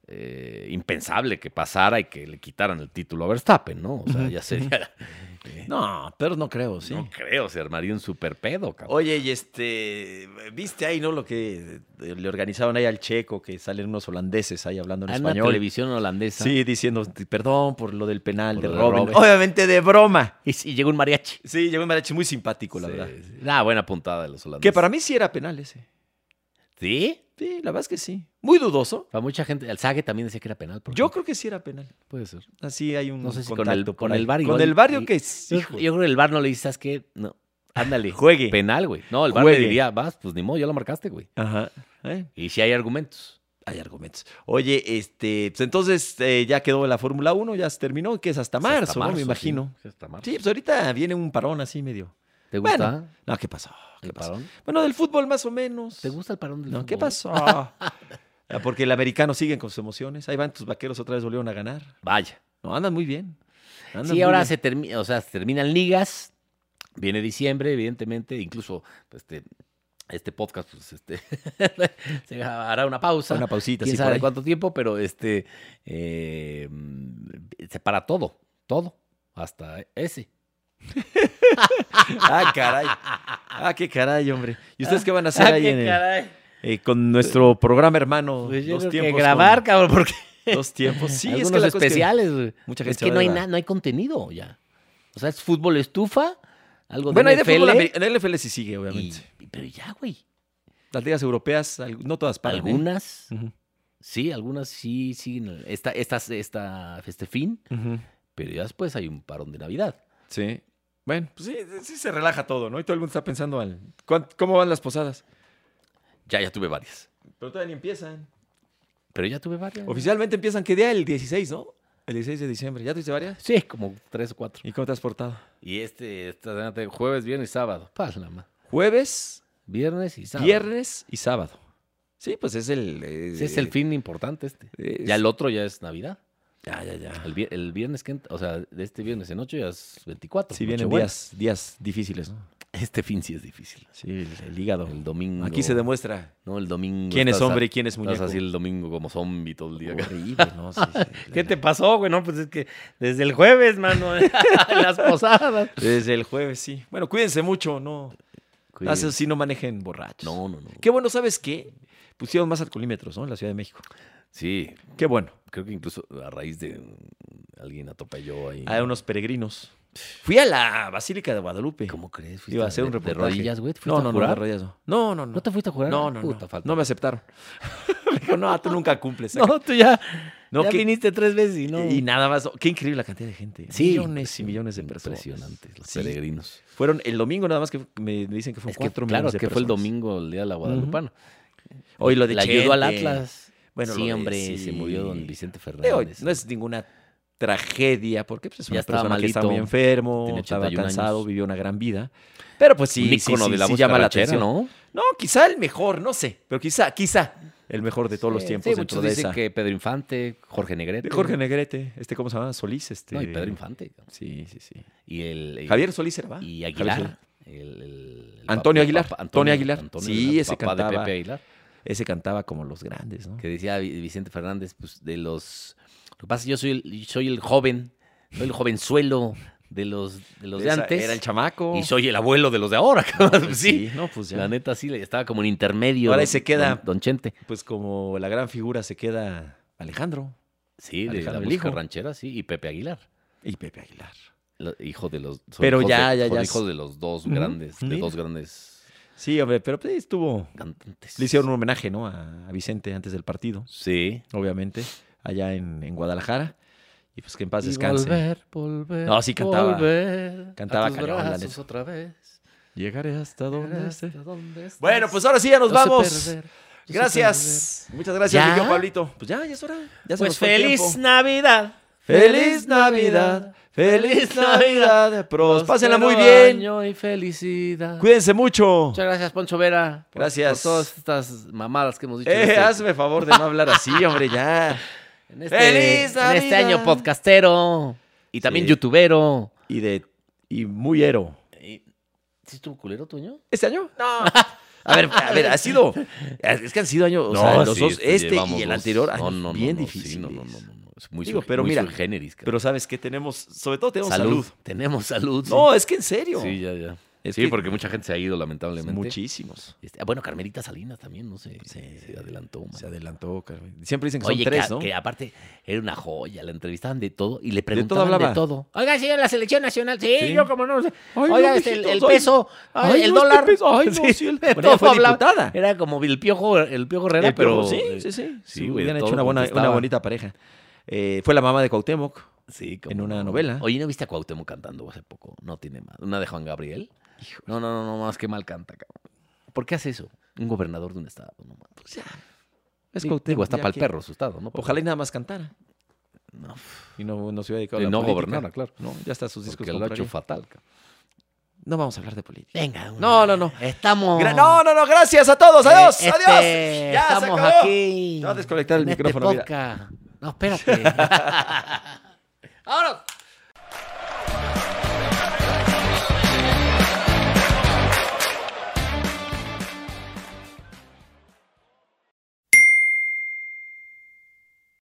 Speaker 2: eh, impensable que pasara y que le quitaran el título a Verstappen, ¿no? O sea, ya sería... eh,
Speaker 1: No, pero no creo, sí.
Speaker 2: No creo, se armaría un super pedo, cabrón.
Speaker 1: Oye, y este, viste ahí, ¿no? Lo que eh, le organizaron ahí al Checo, que salen unos holandeses ahí hablando Ah, en
Speaker 2: Hay una
Speaker 1: español.
Speaker 2: televisión holandesa
Speaker 1: Sí, diciendo, perdón por lo del penal
Speaker 2: Por
Speaker 1: de,
Speaker 2: lo de
Speaker 1: Robin.
Speaker 2: Robben.
Speaker 1: Obviamente de broma.
Speaker 2: y, y llegó un mariachi.
Speaker 1: Sí, llegó un mariachi muy simpático, la
Speaker 2: Sí,
Speaker 1: verdad.
Speaker 2: sí. Ah, buena puntada de los
Speaker 1: Que
Speaker 2: holandeses.
Speaker 1: para mí sí era penal ese.
Speaker 2: ¿Sí?
Speaker 1: Sí, la verdad es que sí. Muy dudoso.
Speaker 2: Para mucha gente, el Sage también decía que era penal. por
Speaker 1: Yo
Speaker 2: ejemplo.
Speaker 1: creo que sí era penal.
Speaker 2: puede ser.
Speaker 1: Así hay un
Speaker 2: No sé si con
Speaker 1: contacto
Speaker 2: el-
Speaker 1: por
Speaker 2: con
Speaker 1: ahí.
Speaker 2: el VAR
Speaker 1: Con
Speaker 2: igual
Speaker 1: el barrio
Speaker 2: y-
Speaker 1: que es,
Speaker 2: Yo,
Speaker 1: hijo,
Speaker 2: yo creo que el VAR no le dice, ¿sabes qué? No, ándale.
Speaker 1: juegue.
Speaker 2: penal, güey. No, el VAR le
Speaker 1: Juegue.
Speaker 2: diría, vas, pues ni modo, ya lo marcaste, güey.
Speaker 1: Ajá. ¿eh?
Speaker 2: Y si hay argumentos.
Speaker 1: Hay argumentos. Oye, este, pues entonces eh, ya quedó la Fórmula 1, ya se terminó, que es hasta
Speaker 2: Pues
Speaker 1: marzo,
Speaker 2: hasta
Speaker 1: ¿no? Me
Speaker 2: sí.
Speaker 1: imagino.
Speaker 2: Hasta marzo.
Speaker 1: Sí, pues ahorita viene un parón así medio.
Speaker 2: ¿Te gusta?
Speaker 1: Bueno, no, ¿qué pasó? ¿Qué
Speaker 2: ¿El
Speaker 1: pasó?
Speaker 2: parón?
Speaker 1: Bueno, del fútbol más o menos.
Speaker 2: ¿Te gusta el parón del
Speaker 1: No, ¿qué
Speaker 2: fútbol?
Speaker 1: pasó? Ah, Porque el americano siguen con sus emociones. Ahí van tus vaqueros otra vez volvieron a ganar.
Speaker 2: Vaya.
Speaker 1: No, andan muy bien. Andan
Speaker 2: Sí,
Speaker 1: muy
Speaker 2: ahora
Speaker 1: bien.
Speaker 2: se termina, o sea, se terminan ligas. Viene diciembre, evidentemente, incluso este, este podcast pues, este, se hará una pausa.
Speaker 1: Una pausita, sí,
Speaker 2: quién
Speaker 1: por
Speaker 2: sabe
Speaker 1: ahí.
Speaker 2: cuánto tiempo, pero este eh, mm, se para todo, todo, hasta ese.
Speaker 1: Ah, caray. Ah, qué caray, hombre. ¿Y ustedes qué van a hacer
Speaker 2: Ah,
Speaker 1: ahí
Speaker 2: qué
Speaker 1: en el-
Speaker 2: caray.
Speaker 1: eh, con nuestro programa hermano?
Speaker 2: Pues yo
Speaker 1: dos
Speaker 2: creo que
Speaker 1: tiempos. con-
Speaker 2: grabar, cabrón, porque
Speaker 1: dos tiempos. Sí, es que
Speaker 2: algunos
Speaker 1: la cosa es que-
Speaker 2: especiales. güey.
Speaker 1: mucha gente
Speaker 2: es
Speaker 1: se
Speaker 2: que
Speaker 1: va
Speaker 2: no
Speaker 1: de
Speaker 2: hay
Speaker 1: la-
Speaker 2: na- no hay contenido ya. O sea, es fútbol estufa, algo de
Speaker 1: Bueno, hay de fútbol.
Speaker 2: NFL,
Speaker 1: amer- En NFL sí sigue,
Speaker 2: y-
Speaker 1: obviamente.
Speaker 2: y- pero ya, güey.
Speaker 1: Las ligas europeas, al- no todas paran. ¿eh?
Speaker 2: Algunas,
Speaker 1: Ujú,
Speaker 2: sí, algunas sí siguen. el- Esta, estas- esta, este fin,
Speaker 1: ujú.
Speaker 2: pero ya después hay un parón de Navidad.
Speaker 1: Sí. Bueno, pues sí, sí se relaja todo, ¿no? Y todo el mundo está pensando al, ¿cuán- ¿cómo van las posadas?
Speaker 2: Ya, ya tuve varias.
Speaker 1: Pero todavía ni empiezan.
Speaker 2: Pero ya tuve varias.
Speaker 1: Oficialmente empiezan, ¿qué día? El 16, ¿no? El 16 de diciembre. ¿Ya tuviste varias?
Speaker 2: Sí, como tres o cuatro.
Speaker 1: ¿Y cómo te has portado?
Speaker 2: Y este, esta semana tengo jueves, viernes y sábado. Pásala, ma.
Speaker 1: Jueves,
Speaker 2: Viernes y sábado.
Speaker 1: viernes y sábado. Sí, pues es el... eh,
Speaker 2: Sí, es el fin importante este.
Speaker 1: es-
Speaker 2: Ya el otro ya es Navidad.
Speaker 1: Ya, ya, ya.
Speaker 2: El, vier- el viernes que entra, o sea, de este viernes en ocho ya es 24.
Speaker 1: Sí, vienen
Speaker 2: Nochebuena.
Speaker 1: días, días difíciles, ¿no?
Speaker 2: Este fin sí es difícil.
Speaker 1: Sí, el, el hígado.
Speaker 2: El domingo.
Speaker 1: Aquí se demuestra
Speaker 2: No, el domingo.
Speaker 1: quién es
Speaker 2: estás a-
Speaker 1: hombre y quién es
Speaker 2: Estás
Speaker 1: muñeco.
Speaker 2: así el domingo como zombie todo el día. acá.
Speaker 1: Horrible, ¿no? Sí, sí.
Speaker 2: ¿Qué te pasó, güey? No, pues es que desde el jueves, mano, en las posadas.
Speaker 1: Desde el jueves, sí. Bueno, cuídense mucho, no. Hace
Speaker 2: Cuídense.
Speaker 1: sí no manejen borrachos.
Speaker 2: No, no, no.
Speaker 1: Qué bueno, ¿sabes qué? Pusieron más alcoholímetros, ¿no? En la Ciudad de México.
Speaker 2: Sí,
Speaker 1: Qué bueno.
Speaker 2: creo que incluso a raíz de mm, alguien atropelló ahí.
Speaker 1: Hay unos peregrinos. Fui a la Basílica de Guadalupe.
Speaker 2: ¿Cómo crees? ¿Fuiste
Speaker 1: Iba a hacer
Speaker 2: de-
Speaker 1: un
Speaker 2: de
Speaker 1: reportaje.
Speaker 2: rodillas, güey? ¿Te
Speaker 1: No,
Speaker 2: fuiste
Speaker 1: no,
Speaker 2: a
Speaker 1: no, de
Speaker 2: jurar?
Speaker 1: rodillas no. No, no, no.
Speaker 2: ¿No te fuiste a jurar?
Speaker 1: No, no,
Speaker 2: Puta,
Speaker 1: no.
Speaker 2: falta.
Speaker 1: No me aceptaron. me dijo, no, tú nunca cumples. saca".
Speaker 2: No, tú ya,
Speaker 1: No,
Speaker 2: ya
Speaker 1: qué-
Speaker 2: viniste tres veces y no.
Speaker 1: Y nada más. Qué increíble la cantidad de gente.
Speaker 2: Sí,
Speaker 1: millones y millones de personas.
Speaker 2: Impresionantes, los
Speaker 1: Sí.
Speaker 2: peregrinos.
Speaker 1: Fueron el domingo nada más que me dicen que fueron
Speaker 2: Es que,
Speaker 1: cuatro
Speaker 2: claro,
Speaker 1: millones
Speaker 2: es
Speaker 1: de
Speaker 2: que fue el
Speaker 1: personas.
Speaker 2: domingo, el día de la Guadalupana.
Speaker 1: Hoy lo de
Speaker 2: Le ayudó al
Speaker 1: Chente.
Speaker 2: Atlas.
Speaker 1: Bueno, lo
Speaker 2: sí,
Speaker 1: de-
Speaker 2: hombre,
Speaker 1: sí.
Speaker 2: se murió don Vicente
Speaker 1: De hoy,
Speaker 2: Fernández.
Speaker 1: no es ninguna tragedia, porque pues, es
Speaker 2: Ya
Speaker 1: una
Speaker 2: estaba
Speaker 1: persona que está
Speaker 2: malito,
Speaker 1: muy enfermo,
Speaker 2: tiene
Speaker 1: estaba
Speaker 2: 81
Speaker 1: cansado,
Speaker 2: años.
Speaker 1: vivió una gran vida. Pero pues sí,
Speaker 2: Un
Speaker 1: sí,
Speaker 2: ícono
Speaker 1: sí,
Speaker 2: de la
Speaker 1: sí
Speaker 2: voz
Speaker 1: llama la
Speaker 2: carrachera,
Speaker 1: atención. ¿no?
Speaker 2: ¿no?
Speaker 1: quizá el mejor, no sé, pero quizá, quizá el mejor de todos los
Speaker 2: Sí,
Speaker 1: tiempos
Speaker 2: sí,
Speaker 1: dentro
Speaker 2: muchos
Speaker 1: de
Speaker 2: dicen
Speaker 1: esa.
Speaker 2: que Pedro Infante, Jorge Negrete.
Speaker 1: De Jorge Negrete, este, ¿cómo se llama? Solís, este.
Speaker 2: No, y Pedro Infante.
Speaker 1: Sí, sí, sí.
Speaker 2: Y el. eh, y-
Speaker 1: Javier Solís era, ¿va?
Speaker 2: Y
Speaker 1: Javier
Speaker 2: Aguilar.
Speaker 1: Solís.
Speaker 2: el- el- el
Speaker 1: Ah, Antonio
Speaker 2: papá-
Speaker 1: Aguilar,
Speaker 2: papá-
Speaker 1: Antonio Aguilar. Sí,
Speaker 2: Aguilar,
Speaker 1: ese
Speaker 2: papá de
Speaker 1: cantaba.
Speaker 2: Pepe Aguilar.
Speaker 1: Ese cantaba como los grandes, ¿no?
Speaker 2: Que decía Vi- Vicente Fernández, pues de los. Lo que pasa es que yo soy el, soy el joven, soy el jovenzuelo de los de, los de
Speaker 1: Esa-
Speaker 2: antes.
Speaker 1: Era el chamaco.
Speaker 2: y soy el abuelo de los de ahora, cabrón.
Speaker 1: Pues
Speaker 2: sí.
Speaker 1: No, pues ya.
Speaker 2: La neta sí, le- estaba como en intermedio.
Speaker 1: Ahora
Speaker 2: don-
Speaker 1: se queda-
Speaker 2: Don, don Chente.
Speaker 1: Pues como la gran figura se queda Alejandro
Speaker 2: Sí, de la
Speaker 1: Alejandro
Speaker 2: música
Speaker 1: Elijo.
Speaker 2: ranchera, sí. Y Pepe Aguilar.
Speaker 1: y Pepe Aguilar.
Speaker 2: lo- hijo de los. son
Speaker 1: Pero
Speaker 2: hijos
Speaker 1: ya,
Speaker 2: de-
Speaker 1: ya,
Speaker 2: son
Speaker 1: ya.
Speaker 2: hijos de los dos
Speaker 1: Ujú,
Speaker 2: grandes, de
Speaker 1: mira.
Speaker 2: dos grandes
Speaker 1: Sí, hombre, pero pues, estuvo.
Speaker 2: cantantes.
Speaker 1: Le hicieron un homenaje, ¿no? A, a Vicente antes del partido,
Speaker 2: Sí.
Speaker 1: obviamente, allá en, en Guadalajara. Y pues que en paz
Speaker 2: Y
Speaker 1: descanse.
Speaker 2: Volver, volver.
Speaker 1: No, sí cantaba.
Speaker 2: volver
Speaker 1: Cantaba
Speaker 2: a tus
Speaker 1: cañón, la
Speaker 2: brazos
Speaker 1: neta.
Speaker 2: otra vez.
Speaker 1: Llegaré hasta donde
Speaker 2: Hasta
Speaker 1: esté.
Speaker 2: donde estés.
Speaker 1: Bueno, pues ahora sí ya nos
Speaker 2: No sé
Speaker 1: vamos.
Speaker 2: perder, no sé
Speaker 1: Gracias. Muchas gracias,
Speaker 2: ¿Ya?
Speaker 1: mi querido Pablito. Pues ya, ya es hora. Ya
Speaker 2: perder.
Speaker 1: se
Speaker 2: Pues
Speaker 1: nos fue el tiempo.
Speaker 2: feliz Navidad.
Speaker 1: Feliz Navidad. Feliz Navidad. Pros. Pásenla muy
Speaker 2: Prospero
Speaker 1: bien.
Speaker 2: año y felicidad.
Speaker 1: Cuídense mucho. Eh,
Speaker 2: Muchas gracias, Poncho Vera. por-
Speaker 1: Gracias.
Speaker 2: Por, todas estas mamadas que hemos dicho. en
Speaker 1: Eh,
Speaker 2: este-
Speaker 1: hazme favor de no hablar así, hombre, ya.
Speaker 2: En este,
Speaker 1: ¡Feliz
Speaker 2: en este
Speaker 1: Navidad!
Speaker 2: año podcastero y también
Speaker 1: Sí.
Speaker 2: youtubero.
Speaker 1: Y de. Y muy ero.
Speaker 2: ¿Sí estuvo culero tu año?
Speaker 1: ¿Este año? No. A ver, a ver, ha sido. Es que han sido años. O sea, los dos, este y el anterior, años bien difícil.
Speaker 2: no, no, no, no. Es muy,
Speaker 1: Digo,
Speaker 2: sui-
Speaker 1: pero
Speaker 2: muy
Speaker 1: mira,
Speaker 2: sui generis, cara.
Speaker 1: Pero sabes que tenemos, sobre todo tenemos salud.
Speaker 2: Tenemos salud. sí.
Speaker 1: No, es que en serio.
Speaker 2: sí, ya, ya.
Speaker 1: Es
Speaker 2: sí,
Speaker 1: que-
Speaker 2: porque mucha gente se ha ido, lamentablemente.
Speaker 1: Muchísimos.
Speaker 2: Este, ah, bueno, Carmelita Salinas también, no sé.
Speaker 1: Sí.
Speaker 2: Se adelantó. man.
Speaker 1: Se adelantó, Carmen. Siempre dicen que son
Speaker 2: Oye,
Speaker 1: tres,
Speaker 2: que,
Speaker 1: ¿no?
Speaker 2: que aparte era una joya, la entrevistaban de todo y le
Speaker 1: todo
Speaker 2: preguntaban de todo.
Speaker 1: hablaba.
Speaker 2: Oiga, sí, la selección nacional, sí,
Speaker 1: Sí.
Speaker 2: yo como no sé.
Speaker 1: Ay,
Speaker 2: Oiga,
Speaker 1: no,
Speaker 2: este, el,
Speaker 1: mijito,
Speaker 2: el
Speaker 1: soy-
Speaker 2: peso, ay,
Speaker 1: Ay,
Speaker 2: el
Speaker 1: no, este
Speaker 2: dólar.
Speaker 1: peso, ay, no, sí, el- Bueno, ella fue diputada.
Speaker 2: Era como el piojo, el piojo Herrera,
Speaker 1: El Piojo,
Speaker 2: pero. eh,
Speaker 1: sí, sí, sí. Eh, Sí,
Speaker 2: güey, de
Speaker 1: hubieran
Speaker 2: todo
Speaker 1: hecho una, buena,
Speaker 2: contestaba.
Speaker 1: una bonita pareja. Eh, fue la mamá de Cuauhtémoc.
Speaker 2: Sí,
Speaker 1: en
Speaker 2: cómo
Speaker 1: una
Speaker 2: no.
Speaker 1: novela.
Speaker 2: Oye, ¿no viste a Cuauhtémoc cantando hace poco? No tiene más. Una de Juan Gabriel. No, no, no, no, más que mal canta, cabrón. ¿Por qué hace eso? Un gobernador de un estado, no mames.
Speaker 1: Pues ya. Es
Speaker 2: Digo,
Speaker 1: Cuauhtémoc.
Speaker 2: está
Speaker 1: ya
Speaker 2: para el
Speaker 1: que-
Speaker 2: perro su estado, ¿no? Pero-
Speaker 1: Ojalá y nada más cantara.
Speaker 2: No.
Speaker 1: Y no, no se hubiera dedicado
Speaker 2: Y
Speaker 1: a la
Speaker 2: no
Speaker 1: política.
Speaker 2: gobernara, claro.
Speaker 1: No, ya está sus discos
Speaker 2: Porque lo ha hecho
Speaker 1: compraría.
Speaker 2: fatal, cabrón.
Speaker 1: No vamos a hablar de política.
Speaker 2: Venga. una-
Speaker 1: No, no, no.
Speaker 2: Estamos.
Speaker 1: Gra- no, no, no, gracias a todos. Adiós,
Speaker 2: Eh,
Speaker 1: adiós.
Speaker 2: este,
Speaker 1: Ya se
Speaker 2: estamos
Speaker 1: acabó.
Speaker 2: aquí.
Speaker 1: Te voy a desconectar el
Speaker 2: en este
Speaker 1: micrófono, mira.
Speaker 2: podcast. No, espérate. Vámonos.